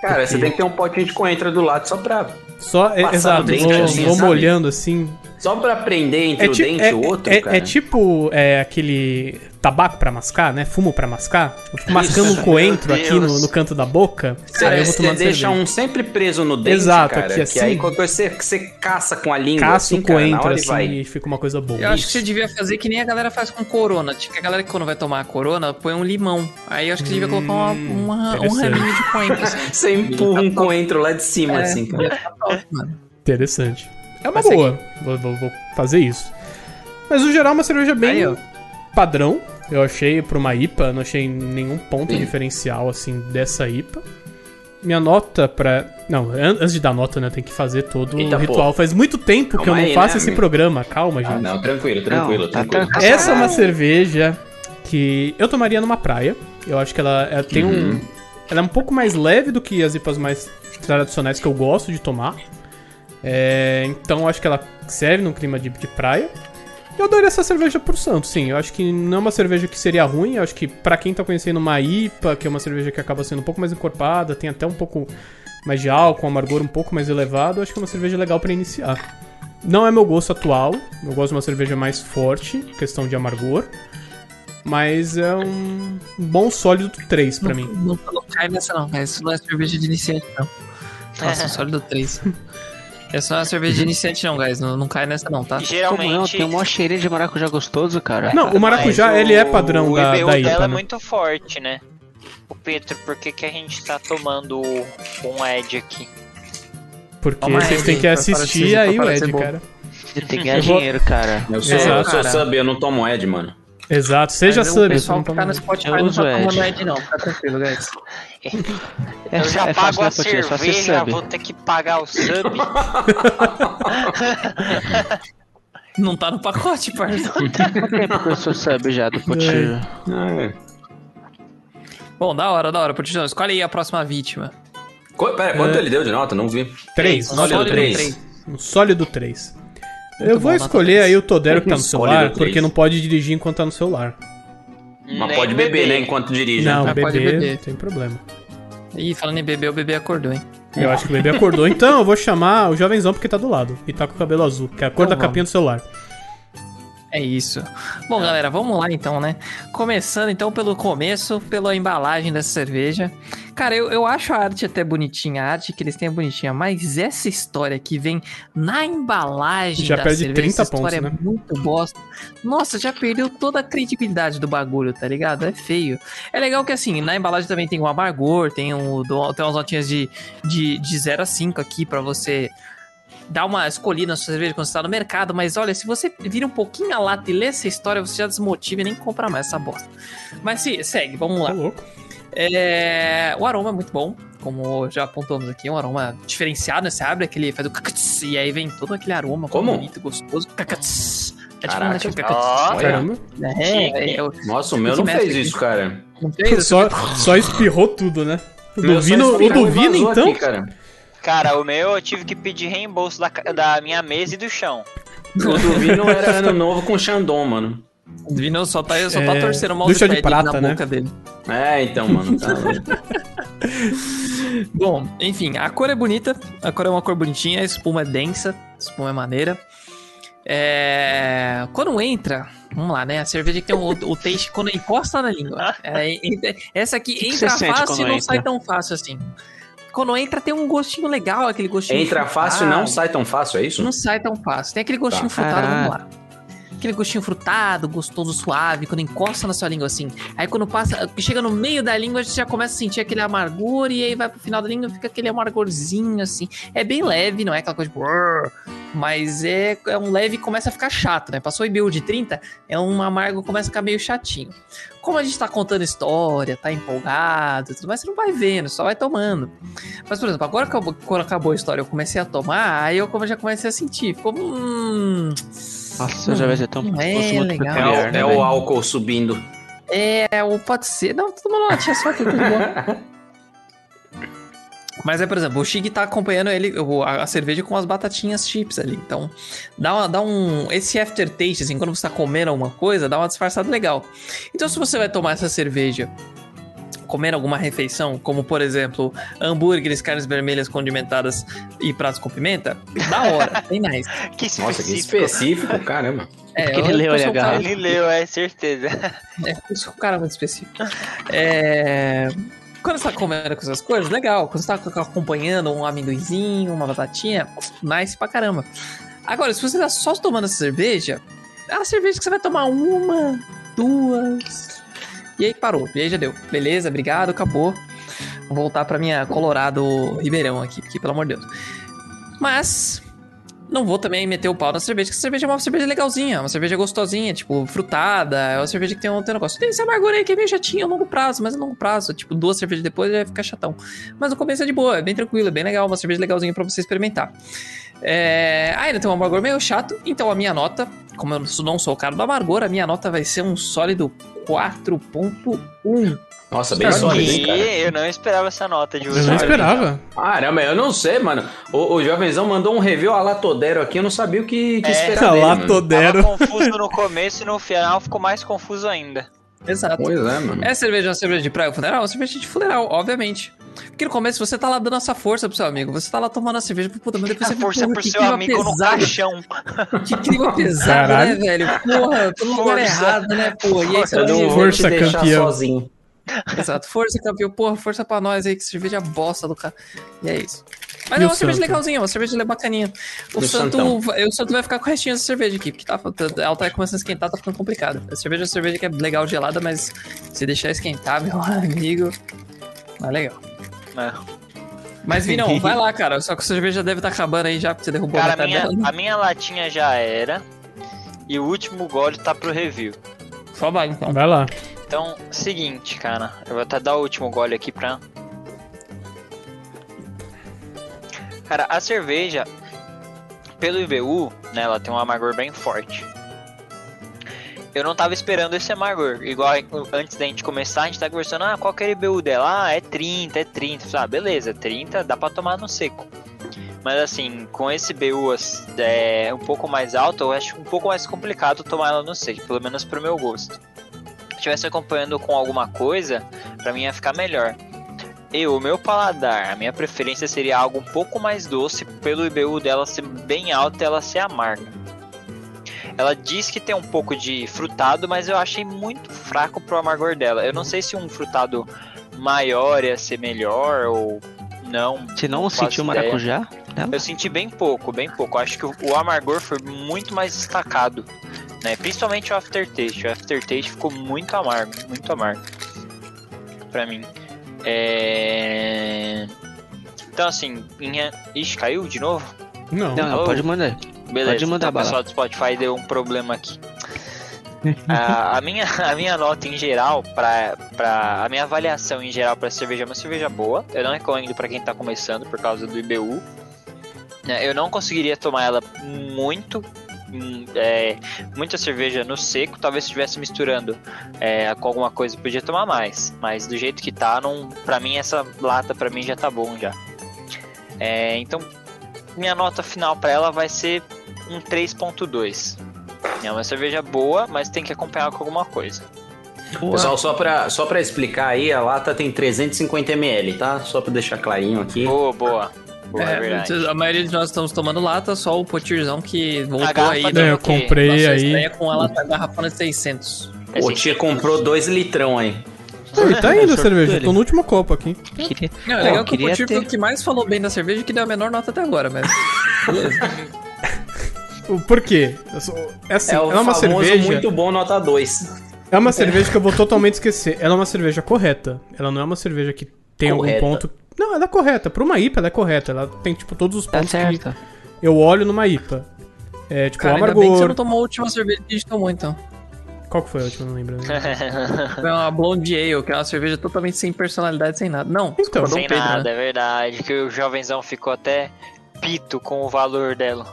Cara, você Ok. tem que ter um potinho de coentro do lado só pra, Só, é, Passar no exato, dente, vou, assim, vou sabe? molhando assim. só pra prender entre o É ti- dente e o outro, é- cara. é tipo é, aquele tabaco pra mascar, né? Fumo pra mascar. Eu fico mascando Isso, um coentro meu aqui no, Deus. no canto da boca. Você, aí eu vou você tomando deixa cerveja. um sempre preso no dente, Exato, cara. aqui assim. Que aí qualquer coisa você, você caça com a língua, Caço assim, o cara, na coentro hora e assim vai. e fica uma coisa boa. Eu acho que você devia fazer que nem a galera faz com corona. Tipo, que a galera que quando vai tomar a corona põe um limão. Aí eu acho que você devia colocar uma, Hum, uma- um interessante. raminho de coentro. assim. Você empurra um coentro lá de cima, É. assim, cara. Interessante. É uma Essa aqui. boa. Vou, vou- vou fazer isso. Mas no geral é uma cerveja bem Aí, ó. padrão. Eu achei pra uma IPA, não achei nenhum ponto Sim. diferencial assim dessa IPA. Minha nota pra. Não, an- antes de dar nota, né? Tem que fazer todo Eita, o pô. ritual. Faz muito tempo que eu Calma não aí, faço né, esse amigo? programa. Calma, gente. Ah, não, tranquilo, tranquilo, Não, tá tranquilo. tranquilo. Essa é uma cerveja que eu tomaria numa praia. Eu acho que ela, ela tem um. Ela é um pouco mais leve do que as IPAs mais tradicionais que eu gosto de tomar. É, então eu acho que ela serve num clima de, de praia. Eu daria essa cerveja pro Santos, sim. Eu acho que não é uma cerveja que seria ruim. Eu acho que pra quem tá conhecendo uma IPA, que é uma cerveja que acaba sendo um pouco mais encorpada, tem até um pouco mais de álcool, um amargor um pouco mais elevado, eu acho que é uma cerveja legal pra iniciar. Não é meu gosto atual. Eu gosto de uma cerveja mais forte, questão de amargor. Mas é um bom sólido 3 pra mim. Não, não cai nessa não, cara. Isso não é cerveja de iniciante, não. Nossa, um sólido 3. Essa não é cerveja de iniciante, não, guys. Não, não cai nessa, não, tá? Como não? Geralmente. Tem um maior cheirinho de maracujá gostoso, cara. Não, o maracujá, mas ele é o- padrão da, O IBU da dela IPA, é né? muito forte, né? O Pedro, por que, que a gente tá tomando um Ed aqui? Porque Toma vocês aí, têm que pra assistir parecer- aí o pra parecer Ed, bom. cara. Tem que ganhar Eu vou- dinheiro, cara. Eu sou, Exato, eu sou cara. sub, eu não tomo Ed, mano. Exato, seja então. Mas O sub. pessoal que você não tá toma- no Spotify Eu não uso tá tomando Ed. Ed, não. Tá tranquilo, guys. É, Eu já é pago fácil, a né, Potir? É só você cerveja, sabe. vou ter que pagar o sub. Não tá no pacote, parça. tempo que eu sou sub já do Potir. Ah, Bom, da hora, da hora. Potirzão, escolhe aí a próxima vítima. Co- Pera, quanto É. ele deu de nota? Não vi. Três, Três, sólido sólido três. três. Um sólido 3. Eu vou bom, nota escolher três. aí o Todero que tá no Sólido celular, três. porque não pode dirigir enquanto tá no celular. Mas Nem pode beber, né? Enquanto dirige. né? Não, Ah, pode bebê, beber. não tem problema. Ih, falando em bebê, o bebê acordou, hein? Eu acho que o bebê acordou, então eu vou chamar o jovenzão porque tá do lado e tá com o cabelo azul, que é a cor Então da capinha do celular. É isso. Bom, galera, vamos lá então, né? Começando então pelo começo, pela embalagem dessa cerveja. Cara, eu, eu acho a arte até bonitinha, a arte que eles têm é bonitinha, mas essa história que vem na embalagem Já da perde cerveja, 30 essa história pontos, né? é muito bosta. Nossa, já perdeu toda a credibilidade do bagulho, tá ligado? É feio. É legal que assim, na embalagem também tem o amargor, tem, um, tem umas notinhas de, de, de 0 a 5 aqui pra você dá uma escolhida na sua cerveja quando você tá no mercado, mas olha, se você vira um pouquinho a lata e lê essa história, você já desmotiva e nem compra mais essa bosta. Mas se segue, vamos Tá lá. louco. É, o aroma é muito bom, como já apontamos aqui, é um aroma diferenciado, né? Você abre aquele, faz o cacatz, e aí vem todo aquele aroma Como? bonito, gostoso. Cacatz. É tipo um Caraca, tipo ó. cacatz. Olha. Caramba. É, é, eu- Nossa, o meu não fez isso, cara. não fez, eu- Só, só espirrou tudo, né? O Meu do Vino, só o do Vino, vazou então? aqui, cara. Cara, o meu eu tive que pedir reembolso da, ca- da minha mesa e do chão. O do Vino era ano novo com Xandon, mano. Vino só tá, só tá É, torcendo o deixa de mousepad na prata, né? boca dele. É, então, mano. Tá louco. Bom, enfim, a cor é bonita, a cor é uma cor bonitinha, a espuma é densa, a espuma é maneira. É... Quando entra, vamos lá, né? A cerveja que tem o, o taste quando encosta na língua. É, entra- essa aqui que entra você sente fácil e quando não entra? sai tão fácil assim. Quando entra, tem um gostinho legal, aquele gostinho. Ah, Entra fácil, não frutado. sai tão fácil, é isso? Não sai tão fácil. Tem aquele gostinho Tá. frutado, vamos lá. Aquele gostinho frutado, gostoso, suave, quando encosta na sua língua assim. Aí quando passa, chega no meio da língua, você já começa a sentir aquele amargor e aí vai pro final da língua fica aquele amargorzinho assim. É bem leve, não é aquela coisa tipo. "Arr", Mas é, é um leve e começa a ficar chato, né? Passou o IBU de 30, é um amargo que começa a ficar meio chatinho. Como a gente tá contando história, tá empolgado e tudo mais, você não vai vendo, só vai tomando. Mas, por exemplo, agora que acabou- quando acabou a história, eu comecei a tomar, aí eu come- já comecei a sentir. Ficou. Hum. Nossa, eu já vai ser tão Não é gosto muito legal. É, peculiar, o, né, é o velho? álcool subindo. É, ou pode ser. Não, tô tomando uma latinha só que tudo bom. Mas é, por exemplo, o Shig tá acompanhando ele, o- a, a cerveja com as batatinhas chips ali. Então, dá, uma- dá um. Esse aftertaste, assim, quando você tá comendo alguma coisa, dá uma disfarçada legal. Então, se você vai tomar essa cerveja comer alguma refeição, como por exemplo, hambúrgueres, carnes vermelhas condimentadas e pratos com pimenta, da hora, bem nice. Que Nossa, que específico. específico, caramba. É, Porque ele leu, eu ele sou um cara- Ele leu, é certeza. É, eu sou um cara muito específico. É, Quando você tá comendo com essas coisas, legal. Quando você tá acompanhando um amendoinzinho, uma batatinha, nice pra caramba. Agora, se você tá só tomando essa cerveja, é uma cerveja que você vai tomar uma, duas. E aí parou. E aí já deu. Beleza, obrigado, acabou. Vou voltar pra minha Colorado Ribeirão aqui, porque pelo amor de Deus. Mas, não vou também meter o pau na cerveja, que a cerveja é uma cerveja legalzinha, uma cerveja gostosinha, tipo, frutada, é uma cerveja que tem um, tem um negócio. Tem esse amargor aí que é meio chatinho a longo prazo, mas a longo prazo, tipo, duas cervejas depois já fica chatão. Mas no começo é de boa, é bem tranquilo, é bem legal, uma cerveja legalzinha pra você experimentar. É... Ah, ainda tem um amargor meio chato, então a minha nota, como eu não sou o cara do amargor, a minha nota vai ser um sólido 4.1. Nossa, bem Cara, sólido, hein, E cara? eu não esperava essa nota de Eu você. não esperava. Caramba, eu não sei, mano. O, o Jovenzão mandou um review a Latodero aqui, eu não sabia o que, que É. esperar Tá dele, lá, mano. Todero. Tava confuso no começo e no final ficou mais confuso ainda. Exato. Pois é, mano. É cerveja, é uma cerveja de praia ou funeral? É uma cerveja de funeral, obviamente. Porque no começo você tá lá dando essa força pro seu amigo, você tá lá tomando a cerveja, puta, mas depois A você força porra, pro que seu clima amigo no pesado, caixão. Que clima pesado, né, Caralho. velho? Porra, pelo lugar Força. errado, né, porra? E aí você Eu vai não vou te Força, deixar campeão. sozinho. Exato, força, campeão, porra, força pra nós aí, que cerveja é bosta do cara. E é isso. Mas E é o uma cerveja Santo? legalzinha, uma cerveja bacaninha. O Do santo, Santão. vai- o santo vai ficar com o restinho dessa cerveja aqui, porque tá, faltando- ela tá começando a esquentar, tá ficando complicado. A cerveja é uma cerveja que é legal gelada, mas se deixar esquentar, meu amigo, não é legal. É. Mas Vinão, vai lá, cara. Só que a cerveja deve estar acabando aí já, porque você derrubou a Cara, a metade minha, dela. a minha latinha já era. E o último gole tá pro review. Só vai, então. Vai lá. Então, seguinte, cara. Eu vou até dar o último gole aqui pra. Cara, a cerveja, pelo IBU, né, ela tem um amargor bem forte. Eu não tava esperando esse amargor. Igual antes da gente começar, a gente tá conversando, ah, qual que é o IBU dela? Ah, é 30, é 30. Eu falei, Ah, beleza, 30 dá pra tomar no seco. Mas assim, com esse BU as- é, um pouco mais alto, eu acho um pouco mais complicado tomar ela no seco, pelo menos pro meu gosto estivesse acompanhando com alguma coisa, pra mim ia ficar melhor. Eu, o meu paladar, a minha preferência seria algo um pouco mais doce, pelo IBU dela ser bem alta e ela ser amarga. Ela diz que tem um pouco de frutado, mas eu achei muito fraco pro amargor dela. Eu não sei se um frutado maior ia ser melhor ou não. Você não faço sentiu ideia. maracujá? Eu senti bem pouco, bem pouco. Eu Acho que o- o amargor foi muito mais destacado, né? Principalmente o aftertaste. O aftertaste ficou muito amargo, muito amargo pra mim. É... Então assim, minha... Ixi, caiu de novo? Não. Não, não, Oh. pode mandar. Beleza, Pode mandar tá, bala. pessoal do Spotify deu um problema aqui. Ah, a, minha, a minha nota em geral, pra, pra, a minha avaliação em geral pra cerveja é uma cerveja boa. Eu não recomendo pra quem tá começando por causa do IBU. Né, Eu não conseguiria tomar ela muito, hum, é, muita cerveja no seco. Talvez se estivesse misturando é, com alguma coisa, eu podia tomar mais. Mas do jeito que tá, não, pra mim essa lata pra mim já tá bom já. É, então, minha nota final pra ela vai ser um 3.2. É uma cerveja boa, mas tem que acompanhar com alguma coisa. Pessoal, só pra, só pra explicar aí, a lata tem 350ml, tá? Só pra deixar clarinho aqui. Boa, boa. Boa, é, É, verdade. a maioria de nós estamos tomando lata, só o Potirzão que voltou garrafa aí. tá né? É, eu ok. comprei Nossa aí. estreia com ela tá garrafando de 600. É o assim, Tia comprou dois litrão aí. Pô, e tá indo a Sortudo cerveja, ele. tô no último copo aqui. Queria- Não, é Ó, legal que o queria Potir foi o ter- que mais falou bem da cerveja e que deu a menor nota até agora, mas... O- Por quê? Eu sou- É assim, é o ela é uma famoso cerveja. muito bom nota 2. É uma cerveja que eu vou totalmente esquecer. Ela é uma cerveja correta. Ela não é uma cerveja que tem Correta. algum ponto. Não, ela é correta. Pra uma IPA, ela é correta. Ela tem, tipo, todos os Tá pontos que certo. eu olho numa IPA. É, tipo, Cara, o ainda bem que você amargor. não tomou a última cerveja que a gente tomou, então. Qual que foi a última? Eu Não lembro. né? Foi uma Blonde Ale, que é uma cerveja totalmente sem personalidade, sem nada. Não, Então, desculpa, Dom sem Pedro, nada, né? é verdade. Que o jovenzão ficou até pito com o valor dela.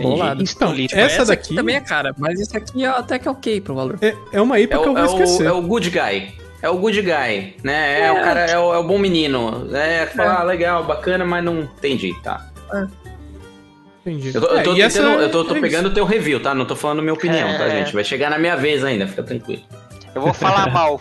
Bolado. Então, Tipo, essa aqui daqui também é cara, mas isso aqui é até que é ok pro valor. é, é uma IPA É que eu o, vou é, o, esquecer. é o good guy. É o good guy, né? É, o cara, é o, é o bom menino. É, falar, ah, legal, bacana, mas não entendi, tá? Entendi. Eu tô, eu É, tô, e essa tentando- eu tô- é tô isso. pegando o teu review, tá? Não tô falando minha opinião, tá, É. gente? Vai chegar na minha vez ainda, fica tranquilo. Eu vou falar mal.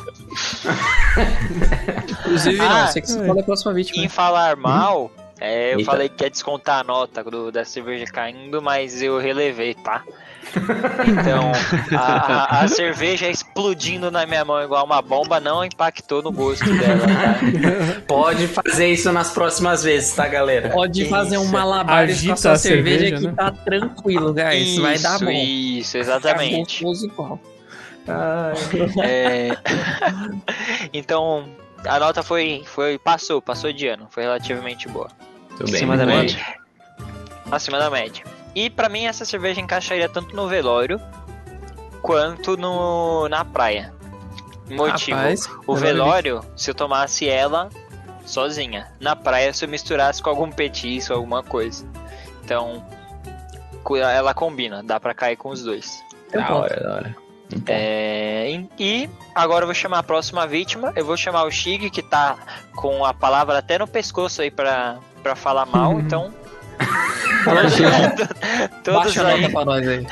Inclusive, Ah, não, sei que você é. fala a próxima vítima. Em falar mal, é, eu Eita. falei que ia descontar a nota do- da cerveja caindo, mas eu relevei, tá? Então, a, a- a cerveja explodindo na minha mão igual uma bomba não impactou no gosto dela, tá? Pode fazer isso nas próximas vezes, tá, É. galera? Pode Que fazer um isso. malabar com Agita a sua a cerveja, cerveja, que né? tá tranquilo, guys. Vai dar bom. Isso, Vai dar exatamente. gostoso igual. É, então, a nota foi, foi. Passou, passou de ano. Foi relativamente boa. Tudo Em cima é da muito média. Acima da média. E pra mim essa cerveja encaixaria tanto no velório quanto no, na praia. Motivo. Rapaz, o velório- velório, se eu tomasse ela sozinha. Na praia, se eu misturasse com algum petisco, alguma coisa. Então, co- ela combina, dá pra cair com os dois. Tem um Da ponto. hora, da hora. É, em- e agora eu vou chamar a próxima vítima. Eu vou chamar o Shig, que tá com a palavra até no pescoço aí pra, pra falar mal. Então, todos Baixa a nota aí. pra nós aí.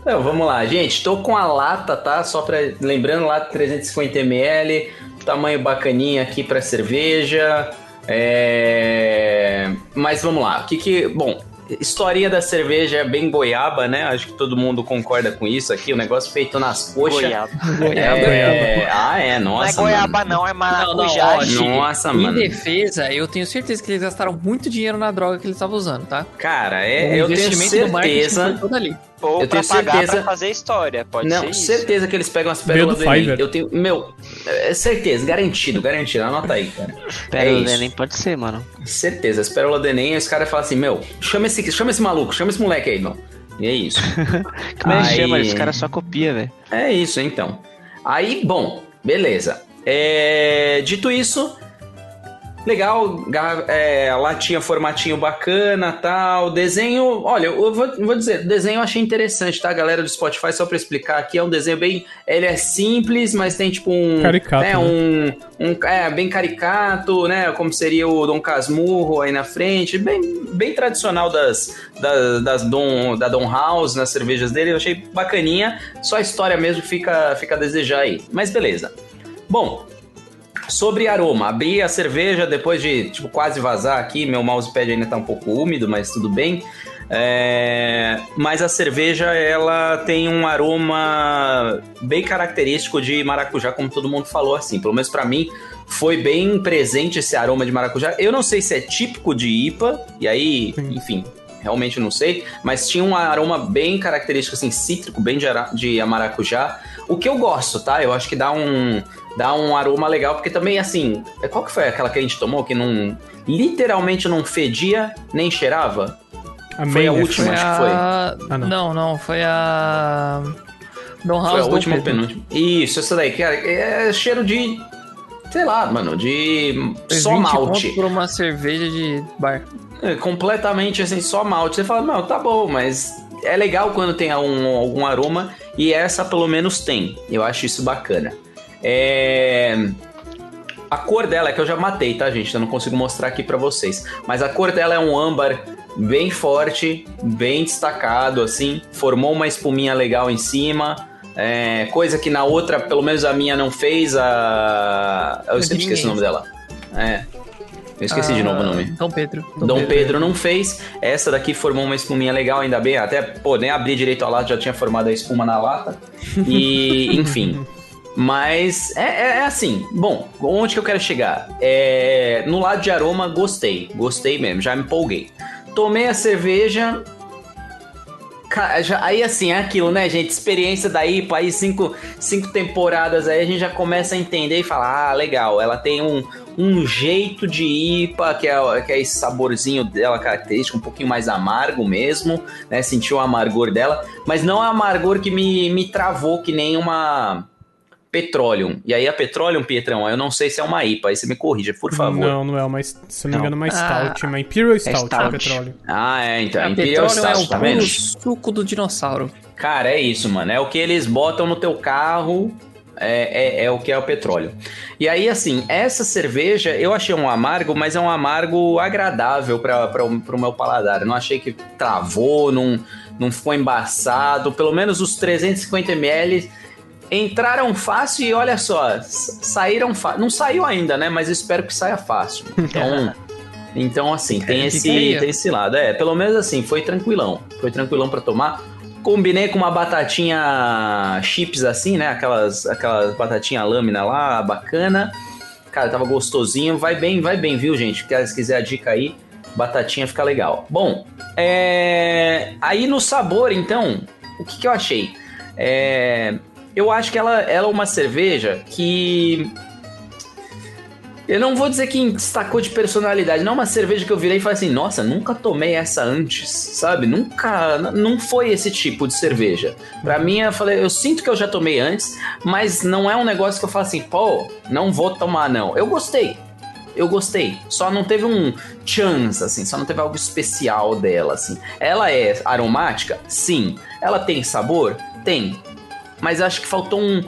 Então, vamos lá, gente. Tô com a lata, tá? Só pra. Lembrando, lata 350ml, tamanho bacaninha aqui pra cerveja. É... Mas vamos lá. O que que. Bom, historinha da cerveja é bem goiaba, né? Acho que todo mundo concorda com isso aqui. O negócio feito nas coxas. Goiaba. É... Ah, é, Não é nossa. goiaba, mano. não, é Não, Ah, maracujá. não, ó, Shig. Nossa, Em mano. defesa, eu tenho certeza que eles gastaram muito dinheiro na droga que eles estavam usando, tá? Cara, O é, eu tenho investimento do marketing certeza. foi todo ali. Ou eu pra tenho pagar certeza- pra fazer história, pode ser Não, isso. certeza que eles pegam as Veio do pérolas do Enem. Fiverr. Eu tenho. Meu, é certeza, garantido, garantido. Anota aí, cara. Pera, isso. né? nem pode ser, mano. Certeza, as pérolas do Enem, aí os caras falam assim, meu, chama esse, chama esse maluco, chama esse moleque aí, meu. E é isso. Como é que Aí. chama? Esse cara só copia, velho. É isso, então. Aí, bom, beleza. É, dito isso, legal, gar- é, latinha, formatinho bacana, tal, desenho... Olha, eu vou, vou dizer, desenho eu achei interessante, tá, galera do Spotify, só pra explicar aqui, é um desenho bem... Ele é simples, mas tem tipo um... Caricato, né, né? um, um- é, bem caricato, né, como seria o Dom Casmurro aí na frente, bem, bem tradicional das, da, das Dom, da Dom House, nas cervejas dele, eu achei bacaninha, só a história mesmo fica, fica a desejar aí. Mas beleza. Bom, sobre aroma, abri a cerveja depois de tipo, quase vazar aqui, meu mousepad ainda tá um pouco úmido, mas tudo bem. É, mas a cerveja ela tem um aroma bem característico de maracujá, como todo mundo falou assim. Pelo menos pra mim foi bem presente esse aroma de maracujá. Eu não sei se é típico de IPA, e aí, Sim. enfim, realmente não sei, mas tinha um aroma bem característico assim, cítrico, bem de, ara- de maracujá. O que eu gosto, tá? Eu acho que dá um dá um aroma legal, porque também assim, qual que foi aquela que a gente tomou que não literalmente não fedia nem cheirava? A Foi a Maniac. última. Foi acho que a... Ah, não. não. não, foi a. Don House Foi a Dom última ou Pedro. penúltima. Isso, essa daí, cara, é cheiro de. Sei lá, mano, de. Foi Só 20 malte. conto por uma cerveja de bar. É, completamente assim, só malte. Você fala, não, tá bom, mas é legal quando tem algum, algum aroma e essa pelo menos tem. Eu acho isso bacana. É. A cor dela é que eu já matei, tá, gente? Eu não consigo mostrar aqui pra vocês. Mas a cor dela é um âmbar bem forte, bem destacado, assim. Formou uma espuminha legal em cima. é, coisa que na outra, pelo menos a minha, não fez. A. Eu sempre esqueci o nome dela. É. Eu esqueci de novo o Ah, nome. Dom Pedro. Dom Pedro. não fez. Essa daqui formou uma espuminha legal, ainda bem. Até, pô, nem abri direito a lata, já tinha formado a espuma na lata. E, enfim. Mas é, é- é assim. Bom, onde que eu quero chegar? É, no lado de aroma, gostei. Gostei mesmo, já me empolguei. Tomei a cerveja. Ca- já- aí assim, é aquilo, né, gente? Experiência da IPA, aí cinco, cinco temporadas aí, a gente já começa a entender e falar, ah, legal, ela tem um, um jeito de IPA, que é, que é esse saborzinho dela característico, um pouquinho mais amargo mesmo, né? Sentiu o amargor dela, mas não é amargor que me, me travou que nem uma Petroleum. E aí a Petroleum, Pietrão, eu não sei se é uma IPA, aí você me corrija, por favor. É Não, não é uma. Se não me Não. engano, é uma Ah, Stout. Uma Imperial Stout, Stout. de petróleo. Ah, é, então, A Imperial petróleo é Stout, o tá puro vendo? suco do dinossauro. Cara, é isso, mano. É o que eles botam no teu carro. É, é, é o que é o petróleo. E aí, assim, essa cerveja eu achei um amargo, mas é um amargo agradável para o meu paladar. Eu não achei que travou, não, não ficou embaçado. Pelo menos os 350 ml entraram fácil e olha só, s- saíram fácil. Não saiu ainda, né? Mas eu espero que saia fácil. Então, então assim, tem Fica esse, aí, ó. tem esse lado. É, pelo menos assim, foi tranquilão. Foi tranquilão para tomar. Combinei com uma batatinha chips assim, né? Aquelas, aquelas batatinha lâmina lá, bacana. Cara, tava gostosinho. Vai bem, vai bem, viu, gente? Quer- Se quiser a dica aí, batatinha fica legal. Bom, é, aí no sabor, então, o que, que eu achei? É, Eu acho que ela, ela é uma cerveja que. Eu não vou dizer que destacou de personalidade, não é uma cerveja que eu virei e falei assim, nossa, nunca tomei essa antes, sabe? Nunca. n- Não foi esse tipo de cerveja. Pra mim, eu falei, eu sinto que eu já tomei antes, mas não é um negócio que eu falo assim, pô, não vou tomar, não. Eu gostei. Eu gostei. Só não teve um chance, assim, só não teve algo especial dela, assim. Ela é aromática? Sim. Ela tem sabor? Tem. Mas acho que faltou um,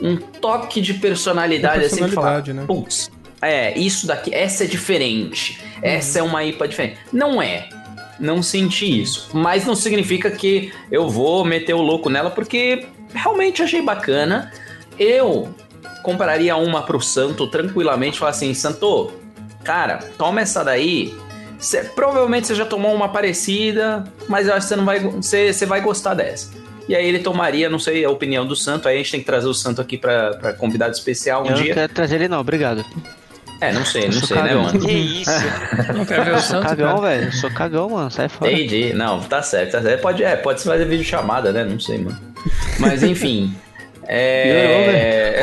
um toque de personalidade, Tem assim, de falar, personalidade, né? Putz, é, isso daqui, essa é diferente. Essa é uma IPA diferente. Não é. Não senti isso. Mas não significa que eu vou meter o louco nela, porque realmente achei bacana. Eu compraria uma pro Santo tranquilamente e falar assim: Santo, cara, toma essa daí. Cê- provavelmente você já tomou uma parecida, mas eu acho que você não vai, você, você vai gostar dessa. E aí ele tomaria, não sei, a opinião do Santo. Aí a gente tem que trazer o Santo aqui pra, pra convidado especial um eu dia. não quero trazer ele não, obrigado. É, não sei, Eu não sou sei, né, cagão. mano? Que isso? Não quero ver o Eu sou Santos, cagão, cara. velho. Eu sou cagão, mano. Sai fora. Entendi. Não, tá certo, tá certo. Pode, é, pode fazer vídeo chamada, né? Não sei, mano. Mas enfim. É... né?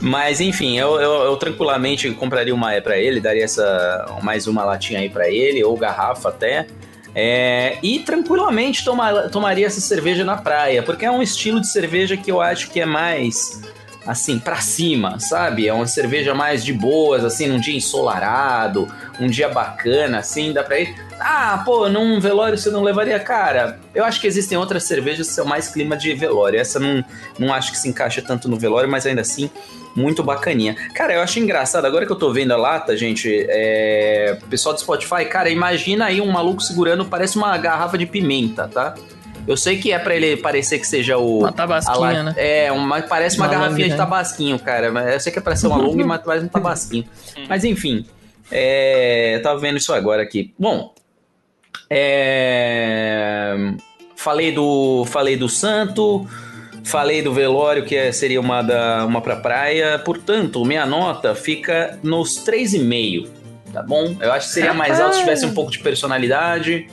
Mas enfim, eu, eu, eu tranquilamente compraria uma pra ele, daria essa mais uma latinha aí pra ele, ou garrafa até. É, e tranquilamente toma- tomaria essa cerveja na praia, porque é um estilo de cerveja que eu acho que é mais assim, pra cima, sabe? É uma cerveja mais de boas, assim, num dia ensolarado, um dia bacana, assim, dá pra ir. Ah, pô, num velório você não levaria? Cara, eu acho que existem outras cervejas que são mais clima de velório. Essa não, não acho que se encaixa tanto no velório, mas ainda assim, muito bacaninha. Cara, eu acho engraçado, agora que eu tô vendo a lata, gente, é... pessoal do Spotify, cara, imagina aí um maluco segurando, parece uma garrafa de pimenta, tá? Eu sei que é pra ele parecer que seja o... Uma A tabasquinha, la- né? É, uma, parece uma, Uma garrafinha longa, de né? tabasquinho, cara. mas Eu sei que é pra ser uma longa, mas parece um tabasquinho. Uhum. Mas enfim, é, eu tava vendo isso agora aqui. Bom, é, falei do falei do Santo, falei do velório, que é- seria uma, da, uma pra praia. Portanto, minha nota fica nos 3,5, tá bom? Eu acho que seria mais alto se tivesse um pouco de personalidade,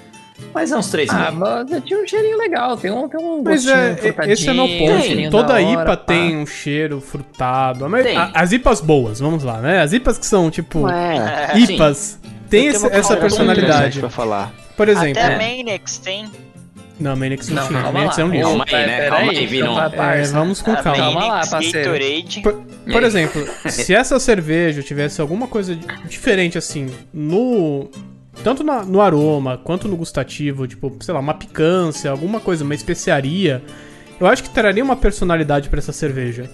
mas é uns 3,5. Ah, mas tinha um cheirinho legal, tem um, tem um Mas gostinho é, frutadinho, esse é meu um ponto. cheirinho Toda da IPA hora, pá. tem um cheiro frutado. A maio- Tem. a- as IPAs boas, vamos lá, né? As IPAs que são, tipo, Ué, IPAs, tem eu É, esse- tenho uma essa coisa muito personalidade. interessante Pra falar. Por exemplo. Até a Mainex tem. Não, Manix não, né? Não, tinha. calma Manix é lá. um lixo. Calma aí, né? Calma aí, Vino. É, vamos com a calma. Calma lá, Mainex, parceiro. Gatorade. Por, por É. aí? exemplo, se essa cerveja tivesse alguma coisa di- diferente assim, no tanto na- no aroma quanto no gustativo, tipo, sei lá, uma picância, alguma coisa, uma especiaria, eu acho que traria uma personalidade pra essa cerveja.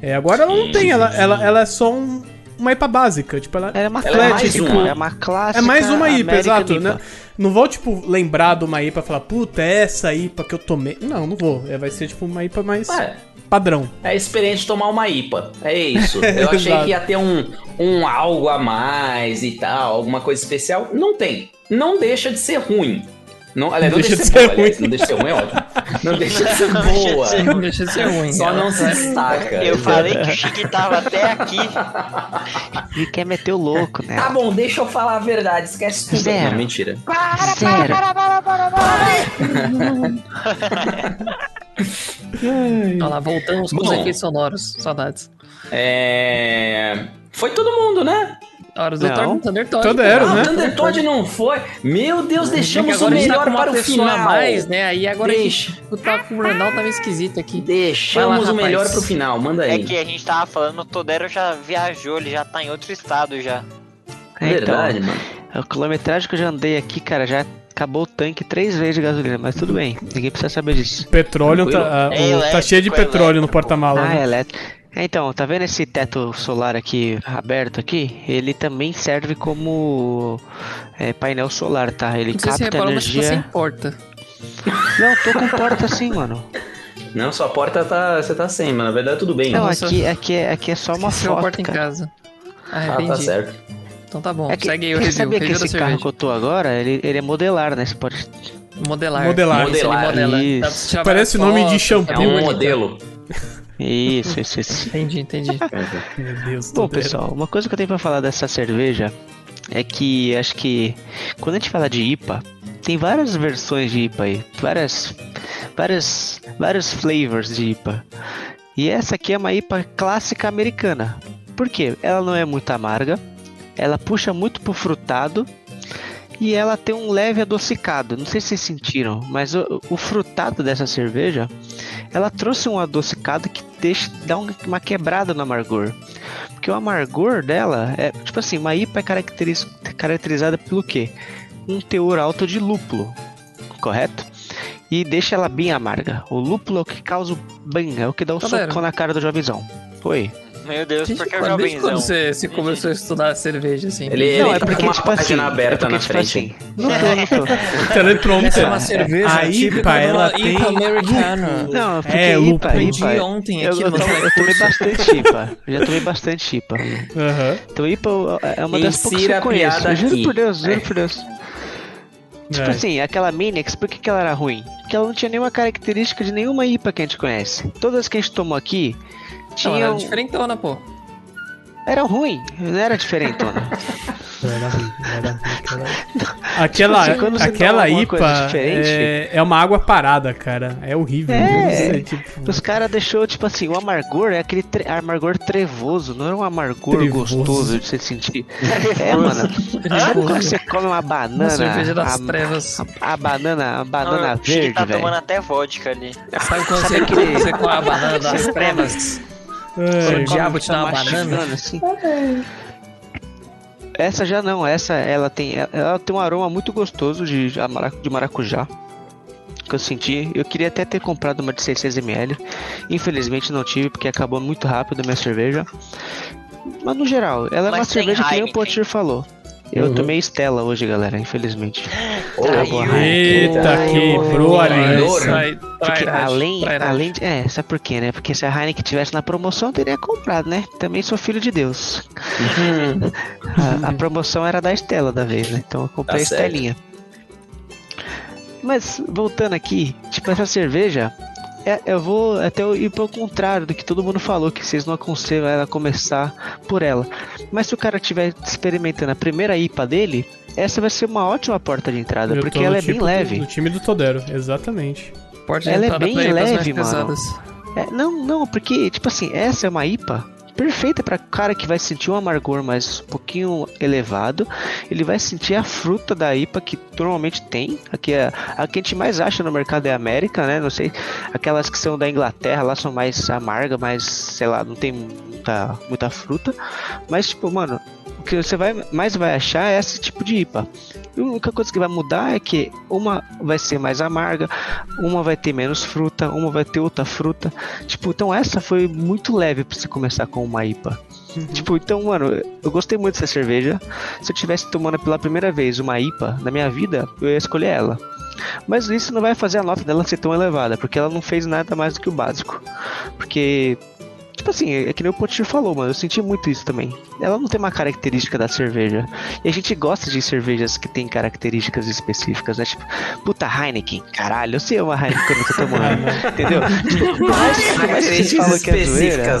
É, agora ela não tem, ela, ela, ela é só um- uma IPA básica, tipo, ela Era uma Ela é mais clássica, uma. é uma clássica. é mais uma IPA, American exato. IPA. né? Não vou, tipo, lembrar de uma IPA e falar, puta, é essa IPA que eu tomei. Não, não vou. É, vai ser, tipo, uma IPA mais É, padrão. é experiente tomar uma IPA. É isso. Eu achei Exato. que ia ter um, um algo a mais e tal, alguma coisa especial. Não tem. Não deixa de ser ruim. Não, aliás, não, deixa, de ser boa, ruim. aliás, não deixa de ser ruim é ótimo. Não deixa de ser boa. Não deixa de ser ruim. é Só não se destaca. Eu falei que o Chique tava até aqui. Ele quer meter o louco, né? Tá bom, deixa eu falar a verdade, esquece tudo. Zero. É. Não, mentira. Zero. Olha lá, voltamos com os Bom. efeitos sonoros. Saudades. É... Foi todo mundo, né? Horas do Não. Thor- Thunder Todd. Toda era, ah, né? o Thunder Todd não foi. Meu Deus, Chegamos deixamos o agora a gente tá melhor com uma para o pessoa final. a mais, né? Aí agora Deixa. a gente tá com o Randall tá meio esquisito aqui. Vai lá, Deixamos o rapaz. melhor pro final, manda É aí. que a gente tava falando, o Todero já viajou, ele já tá em outro estado já. Verdade, Então, mano. a quilometragem que eu já andei aqui, cara, já acabou o tanque três vezes de gasolina, mas tudo bem. Ninguém precisa saber disso. Petróleo Tranquilo. tá, ah, É o- tá elétrico, cheio de é petróleo no elétrico. porta-mala. Ah, né? elétrico. Então, tá vendo esse teto solar aqui aberto aqui? Ele também serve como é, painel solar, tá? Ele Não sei se você capta reparou, mas tipo, energia. você importa. é Não, tô com porta assim, mano. Não, sua porta tá. Você tá sem, mas na verdade tudo bem. Não, Nossa. aqui, aqui, é, aqui é só uma Esqueceu a foto, porta em cara. casa. Ah, ah, entendi. tá certo. Então tá bom. É que, Segue aí o você review. sabia que review da esse cerveja. carro que eu tô agora, ele, ele é modelar, né? Você pode... Modelar. é Modelar. Isso, ele modela. Dá Isso. pra você tirar Parece várias nome de fotos, shampoo. tá É bem um bonito. modelo. Isso, isso, isso. Entendi, entendi. Meu Deus, Bom, tudo bem. pessoal, uma coisa que eu tenho pra falar dessa cerveja é que acho que quando a gente fala de IPA, tem várias versões de IPA aí, várias, várias, vários flavors de IPA. E essa aqui é uma IPA clássica americana. Por quê? Ela não é muito amarga, ela puxa muito pro frutado e ela tem um leve adocicado. Não sei se vocês sentiram, mas o, o frutado dessa cerveja, ela trouxe um adocicado que deixa dá um- uma quebrada no amargor. Porque o amargor dela é, tipo assim, uma IPA é caracteriz- caracterizada pelo quê? Um teor alto de lúpulo, correto? E deixa ela bem amarga. O lúpulo é o que causa o bang, é o que dá o Galera. socão na cara do jovizão. Oi. Meu Deus, Gente, porque é o quando- desde jovenzão. quando você, tá você começou a estudar cerveja, assim? Ele- Não, tá é com porque, uma tipo assim, página aberta é porque, na tipo frente. assim, não tô, não tô. Teleprompter. Essa é uma cerveja A típica IPA, de uma ela IPA tem... americana. Não, porque É, IPA, lúpulo. Aprendi IPA. ontem Eu, aqui eu, no tomo- eu tomei bastante IPA. Já tomei bastante IPA. Aham. Então IPA é uma das poucas que Insira eu a conheço. piada juro aqui. É. por Deus, juro por Deus. Tipo É. assim, aquela Minex, por que, que ela era ruim? Porque ela não tinha nenhuma característica de nenhuma IPA que a gente conhece. Todas que a gente tomou aqui Não, ela tinham. era diferentona, pô. Eram ruim, não era diferentona. Aquela, Tipo assim, quando você aquela toma alguma IPA coisa diferente- é, é uma água parada, cara. É horrível. É. Isso tipo, Os caras deixou, tipo assim, o amargor é aquele tre- amargor trevoso, não era um amargor Trevoso. gostoso de você sentir. é, mano. Sabe quando você come uma banana? Uma cerveja das a- trevas. A banana, a banana Ah, o Chique verde, tá velho. tomando até vodka ali. Sabe quando você, aquele- você come a banana das Você trevas? é, o diabo te dá uma mastigando banana? assim. Essa já não, essa ela tem, ela tem um aroma muito gostoso de, de maracujá que eu senti. Eu queria até ter comprado uma de 600ml, infelizmente não tive porque acabou muito rápido a minha cerveja. Mas no geral, ela é Mas uma tem cerveja que nem o Heineken. Potir falou. Eu tomei Estela hoje, galera, infelizmente. Acabou a Traiu. Heineken. Eita, quebrou a aliança. Trai- Porque trairagem, além, trairagem. além de. É, sabe por quê, né? Porque se a Heineken tivesse na promoção, eu teria comprado, né? Também sou filho de Deus. Uhum. A- a, promoção era da Estela da vez, né? Então eu comprei Tá a certo. Estelinha. Mas, voltando aqui, tipo, essa cerveja. é- eu vou até eu ir pro contrário do que todo mundo falou, que vocês não aconselham ela a começar por ela. Mas se o cara estiver experimentando a primeira IPA dele, essa vai ser uma ótima porta de entrada, Eu porque tô no ela é tipo bem do- leve. Do time do Todero, exatamente. Porta de Ela é entrada bem pra IPAs mais leve, mano. pesadas. É, não, não, porque, tipo assim, essa é uma IPA perfeita para cara que vai sentir um amargor mais um pouquinho elevado. Ele vai sentir a fruta da IPA que normalmente tem. Aqui é, a que a gente mais acha no mercado é a América, né? Não sei. Aquelas que são da Inglaterra lá são mais amarga, mas sei lá, não tem muita, muita fruta. Mas tipo, mano, o que você vai mais vai achar é esse tipo de IPA. E a única coisa que vai mudar é que uma vai ser mais amarga, uma vai ter menos fruta, uma vai ter outra fruta. Tipo, então essa foi muito leve pra você começar com uma IPA. Tipo, então, mano, eu gostei muito dessa cerveja. Se eu tivesse tomando pela primeira vez uma IPA na minha vida, eu ia escolher ela. Mas isso não vai fazer a nota dela ser tão elevada, porque ela não fez nada mais do que o básico. Porque Tipo assim, é que nem o Potir falou, mano. Eu senti muito isso também. Ela não tem uma característica da cerveja. E a gente gosta de cervejas que tem características específicas, né? Tipo, puta Heineken, caralho, eu sei uma Heineken quando eu tô tomando. entendeu? Tipo, mas, mas vocês falam que é zoeira.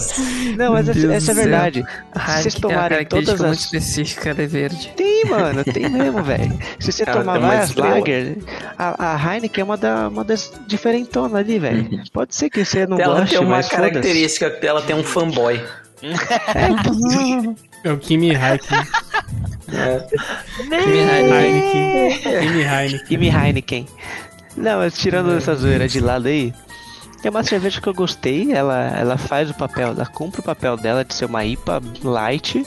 Não, mas Meu essa, Deus essa é a do céu. verdade. Se Ah, Ai, vocês que tem uma tomarem característica todas as. muito específica de verde. Tem, mano, tem mesmo, velho. Se você Ela tomar tem uma várias estrela. lager, a, a Heineken é uma, da, uma das diferentonas ali, velho. Pode ser que você não Uhum. ela goste, tem uma mas foda-se. característica, ela tem um fanboy. É o Kimi Heineken. Kimi Heineken. Heineken. Kimi Heineken. E me Heineken. Não, mas tirando essa zoeira de lado aí, é uma cerveja que eu gostei. Ela, ela faz o papel, ela cumpre o papel dela de ser uma IPA light.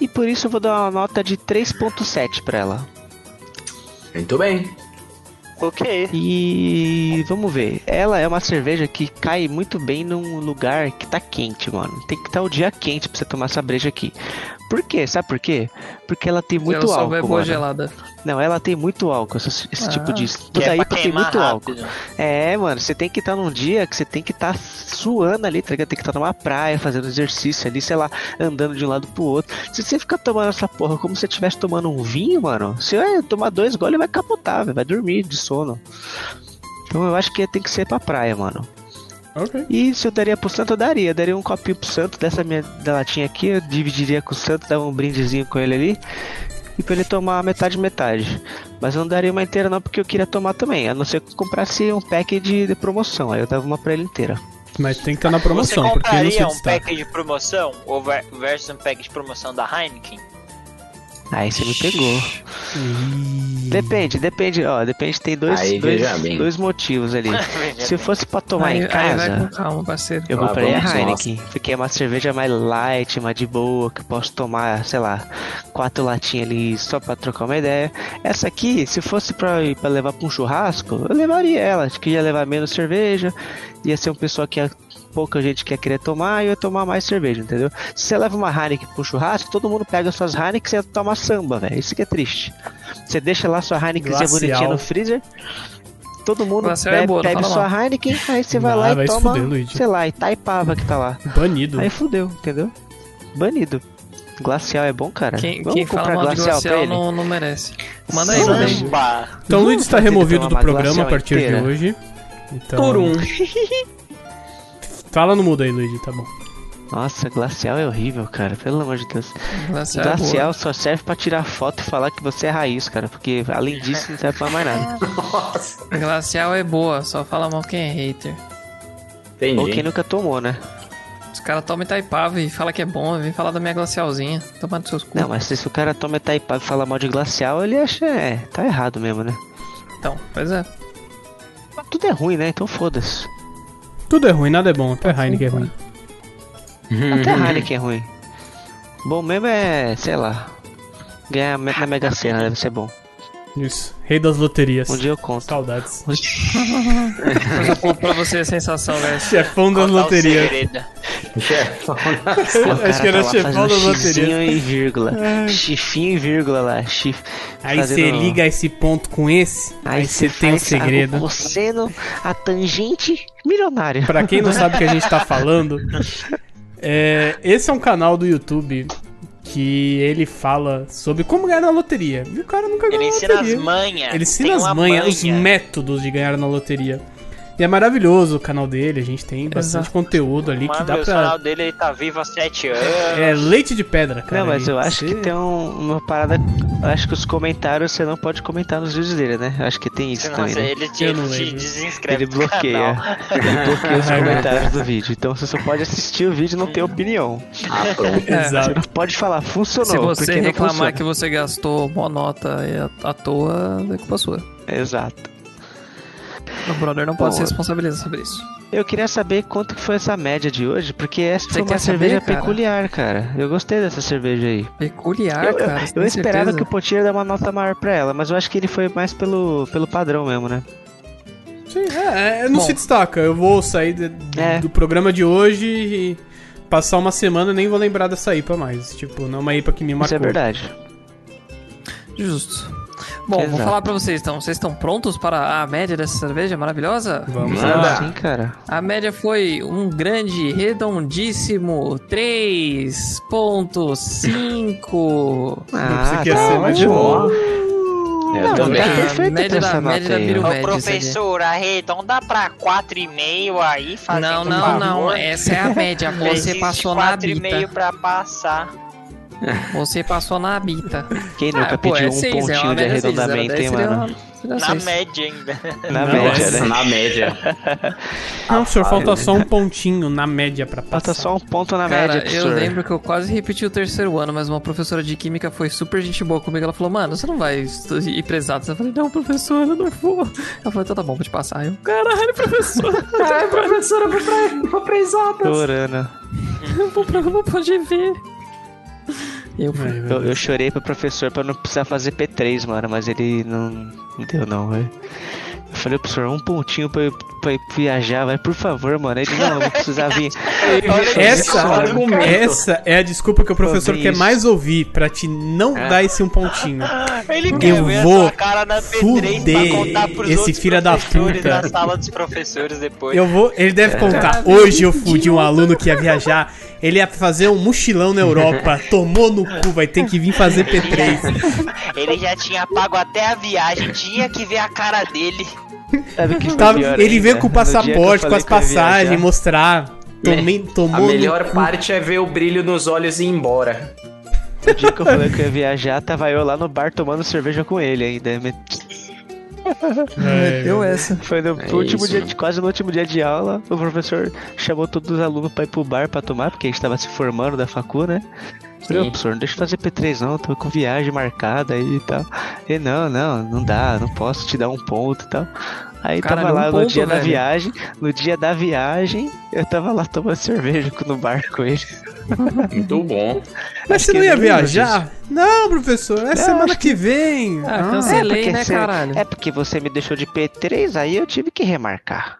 E por isso eu vou dar uma nota de 3.7 pra ela. Muito bem. Ok. E vamos ver. Ela é uma cerveja que cai muito bem num lugar que tá quente, mano. Tem que estar o dia quente pra você tomar essa breja aqui. Por quê? Sabe por quê? Porque ela tem muito ela só álcool. bebo mano. gelada. Não, ela tem muito álcool, esse, esse Ah, tipo de. Que Toda é pra IPA tem queimar muito álcool. rápido. É, mano, você tem que estar num dia que você tem que estar suando ali, tá ligado? Tem que estar numa praia, fazendo exercício ali, sei lá, andando de um lado pro outro. Se você ficar tomando essa porra como se você estivesse tomando um vinho, mano, você vai tomar dois goles e vai capotar, velho, vai dormir de sono. Então eu acho que tem que ser pra praia, mano. Ok. E se eu daria pro santo, eu daria. Eu daria um copinho pro santo dessa minha da latinha aqui, eu dividiria com o santo, dava um brindezinho com ele ali. E pra ele tomar metade metade. Mas eu não daria uma inteira não, porque eu queria tomar também. A não ser que eu comprasse um pack de, de promoção. Aí eu dava uma pra ele inteira. Mas tem que estar na Você promoção, porque eu não sei compraria um se tá. pack de promoção ou ver- versus um pack de promoção da Heineken? Aí você me pegou. Depende, depende, ó, depende, tem dois, Aí, dois, veja bem. dois motivos ali. se fosse pra tomar aí, em aí casa. vai com calma, parceiro. Eu Lá comprei a vamos nós. Heineken, porque é uma cerveja mais light, mais de boa, que eu posso tomar, sei lá, quatro latinhas ali só pra trocar uma ideia. Essa aqui, se fosse pra, ir- pra levar pra um churrasco, eu levaria ela. Acho que ia levar menos cerveja, ia ser um pessoal que ia- pouca gente quer querer tomar, e eu ia tomar mais cerveja, entendeu? Se você leva uma Heineken pro churrasco, todo mundo pega suas Heineken e você toma samba, velho. Isso que é triste. Você deixa lá sua Heinekenzinha Glacial. bonitinha no freezer, todo mundo Glacial é bebe, boa, não bebe fala sua Heineken, aí você vai Ah, lá vai e se toma, fuder, Luigi. sei lá, Itaipava que tá lá. Banido. Aí fudeu, entendeu? Banido. Glacial é bom, cara. Quem, Vamos quem fala comprar mal de glacial, pra glacial ele? não, não merece. Manda aí, manda aí. Samba! Então o Luigi está Tem que removido do tomar uma programa a glacial partir de inteira. hoje. Então, Por um. Fala no mudo aí, Luigi, tá bom. Nossa, glacial é horrível, cara. Pelo amor de Deus. Glacial. é boa. Glacial só serve pra tirar foto e falar que você é raiz, cara. Porque além disso não serve pra mais nada. Glacial é boa, só fala mal quem é hater. Ou Entendi. quem nunca tomou, né? Os caras tomam Itaipava e fala que é bom, vem falar da minha glacialzinha. Toma dos seus cu. Não, mas se o cara toma Itaipava e fala mal de glacial, ele acha. É, tá errado mesmo, né? Então, pois é. Mas Tudo é ruim, né? Então foda-se. Tudo é ruim, nada é bom. Até Heineken é ruim. Até Uhum. Heineken é ruim. Bom mesmo é, sei lá. Ganhar me- na Mega Sena deve ser bom. Isso. Rei das loterias. Um dia eu conto. Saudades. Depois eu conto pra você a sensação, né? velho. Chefão é das Contar o loterias. segredo. Acho Aí o cara tá que era lá chefão fazendo das loterias. Chifinho e vírgula. Chifinho e vírgula lá. Chif... fazendo- esse ponto com esse, Aí você um faz a- O seno, a tangente, milionário. Pra quem não sabe o que a gente tá falando, é, esse é um canal do YouTube que ele fala sobre como ganhar na loteria. E o cara nunca ganhou Ele na ensina as loteria. manhas. Ele ensina É, Tem as uma é. manhas, os manha. métodos de ganhar na loteria. E é maravilhoso o canal dele, a gente tem bastante Exato. conteúdo ali que dá Maravilhoso, O canal pra. dele ele tá vivo há sete anos. É leite de pedra, cara. não, mas E eu acho você- que tem um- uma parada. Eu acho que os comentários você não pode comentar nos vídeos dele, né? Eu acho que tem isso Senão também. você- né? ele te, Eu não ele te lembro. desinscreve Ele do canal. bloqueia. Ele bloqueia os É verdade. comentários do vídeo. Então você só pode assistir o vídeo e não ter opinião. Ah, pronto. Você Exato. não pode falar, funcionou. Se você porque não é reclamar funciona. que você gastou mó nota e à- à toa, é culpa sua. Exato. O brother não pode Bom, se responsabilizar sobre isso. Eu queria saber quanto que foi essa média de hoje, porque essa Você foi uma quer saber, cerveja cara? peculiar, cara. Eu gostei dessa cerveja aí. Peculiar, eu, eu- Ah, cara. eu esperava que o Potir dê uma nota maior pra ela, mas eu acho que ele foi mais pelo, pelo padrão mesmo, né? Sim, é, é, não Bom. se destaca. Eu vou sair de- do- É. do programa de hoje e passar uma semana e nem vou lembrar dessa IPA mais. Tipo, não é uma IPA que me Isso marcou. é verdade. que. Justo. Bom, vou Exato. falar pra vocês então. Vocês estão prontos para a média dessa cerveja maravilhosa? Vamos é Manda. lá. Sim, assim, cara. A média foi um grande, redondíssimo Não 3.5. Ah, quer tá ser mais ótimo. bom. Eu Não, também. a Tá perfeito média pra da- essa média nota da aí. Biru- ó. Ô, médio, professor, arredonda pra 4,5 aí, fazendo Não, um não, favor. não. Essa é a média. Você Existe passou na 4,5 bita. pra passar. Você passou na bita. Quem nunca Ah, pô, pediu é um seis, é uma pontinho de média seis, zero, arredondamento, dez hein, seria mano? uma- seria Na seis. média ainda. Na Não, média, essa né? Na média. Não, senhor, Ah, falta eu- só um pontinho na média pra passar. Falta só um ponto na Cara, média, eu professor. lembro que eu quase repeti o terceiro ano, mas uma professora de química foi super gente boa comigo. Ela falou, mano, você não vai estu- ir pra exatas. Eu falei, não, professora, eu não vou. Ela falou, então tá bom, vou te passar. Eu, caralho, professora, Caralho, professora, vou pra, vou pra Tô exatas. orando. eu vou pra não pode ver. Eu fui. Ai, Eu, eu chorei pro professor pra não precisar fazer P3, mano, mas ele não, não deu não, velho. Eu falei, professor, um pontinho pra eu, pra eu viajar, vai, por favor, mano. Ele, não, eu vou precisar vir. Essa, Olha o argumento. essa é a desculpa que o professor um Sobre quer isso. É. mais ouvir pra te não dar esse um pontinho. Ah, Ele Eu quer ver vou a sua cara na P3 fuder pra contar pros esse outros filho da professores puta. na sala dos professores depois. Eu vou, ele deve É. contar. Hoje eu fudi um aluno que ia viajar. Ele ia fazer um mochilão na Europa. Tomou no cu, vai ter que vir fazer Ele P3. já- Ele já tinha pago até a viagem, tinha que ver a cara dele. Sabe o que foi Tava- pior Tá, ele ainda? veio com o No dia que eu passaporte, com falei as que eu ia passagens, viajar, mostrar. Tomei, A tomou no melhor cu. parte é ver o brilho nos olhos e ir embora. No dia que eu falei que eu ia viajar, tava eu lá no bar tomando cerveja com ele ainda. Me- É, Deu essa. Foi no É último isso, dia, mano. de, quase no último dia de aula, o professor chamou todos os alunos pra ir pro bar pra tomar, porque a gente tava se formando da facu, né? Falei, ô, Sim. professor, não deixa eu fazer P3 não, tô com viagem marcada aí e tal. Ele, não, não, não dá, não posso te dar um ponto e tal. Aí Caralho, tava lá um no ponto, dia da velho. viagem, no dia da viagem, eu tava lá tomando cerveja no bar com ele. Muito bom. Mas Acho você que não eu ia nem lembro viajar? Não, professor, é semana que vem. Ah, Ah. cancelei, É porque né, você- caralho? É porque você me deixou de P3, aí eu tive que remarcar.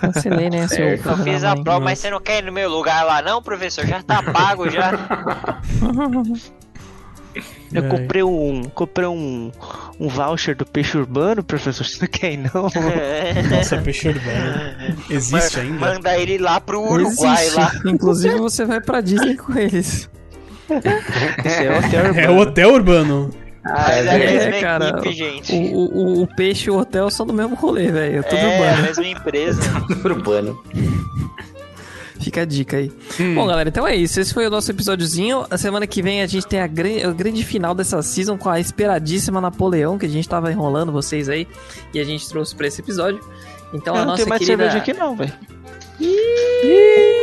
Cancelei, né, seu Certo. É, Eu filho Ah, da fiz a mãe. prova, mas você não quer ir no meu lugar lá, não, professor? Já tá pago já. Eu Ai. comprei um, comprei um, um voucher do peixe urbano, professor. Você não quer ir, não? Nossa, peixe urbano. Existe Tá ainda? É. Manda ele lá pro Uruguai Existe. lá. Inclusive, você vai pra Disney com eles. Esse é o hotel É o urbano. hotel urbano. Ah, é, a verdade. mesma É, cara. equipe, gente. O, o, o peixe e o hotel são do mesmo rolê, velho. Tudo é, urbano. a mesma empresa. Urbano. Fica a dica aí. Bom, galera, então é isso. Esse foi o nosso episódiozinho. A semana que vem a gente tem a grande, o grande final dessa season com a esperadíssima Napoleão, que a gente tava enrolando vocês aí. E a gente trouxe pra esse episódio. Então a Eu não nossa tenho mais querida... cerveja aqui, não, velho.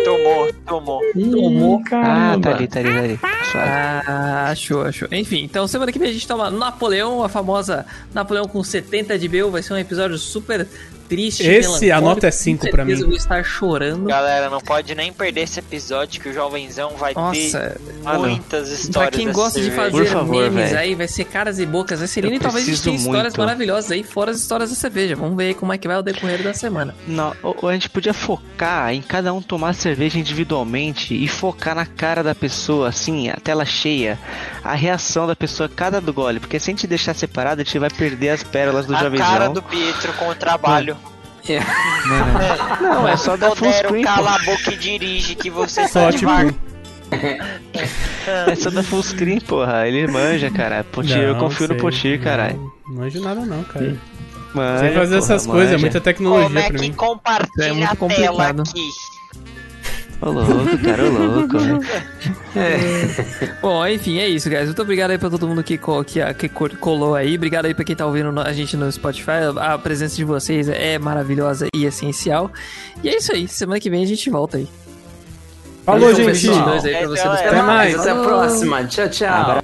Tomou, tomou. Tomou. Ah, tá ali, tá ali, tá ali. Suave. Ah, achou, achou. Enfim, então semana que vem a gente toma Napoleão, a famosa Napoleão com 70 de Beu. Vai ser um episódio super triste. Esse, a melancólico. nota é 5 pra Com certeza mim. Eu vou estar chorando. Galera, não pode nem perder esse episódio que o jovenzão vai ter Nossa, ah, muitas histórias. Pra quem dessa gosta de cerveja. fazer Por favor, memes velho. aí, vai ser caras e bocas. Vai ser lindo Eu e talvez a gente preciso tenha histórias muito. maravilhosas aí, fora as histórias da cerveja. Vamos ver aí como é que vai o decorrer da semana. Não, ou- ou a gente podia focar em cada um tomar cerveja individualmente e focar na cara da pessoa, assim, a tela cheia, a reação da pessoa a cada do gole, porque se a gente deixar separado, a gente vai perder as pérolas do A cara jovenzão. do Pietro com o trabalho. Não, é só dar full Podero, screen, pô. cala a boca e dirige que você Só tá tipo. devagar. É só da full screen, porra. Ele manja, cara. Potir, eu Não, confio sei, no Potir, caralho. Não, não manjo nada, não, cara. Manja, Sem fazer porra, essas coisas, é manja. muita Como tecnologia é pra que mim. compartilha É muito a tela complicado. aqui? Ô louco, cara, ô louco. velho. Bom, enfim, é isso, guys. Muito obrigado aí pra todo mundo que, co- que, a- que cor- colou aí. Obrigado aí pra quem tá ouvindo no- a gente no Spotify. A presença de vocês é maravilhosa e essencial. E é isso aí. Semana que vem a gente volta aí. Falou, Valeu, gente! pessoal. Dois aí pra você Essa é a buscar. Até Até mais. mais, até a próxima. Tchau, tchau.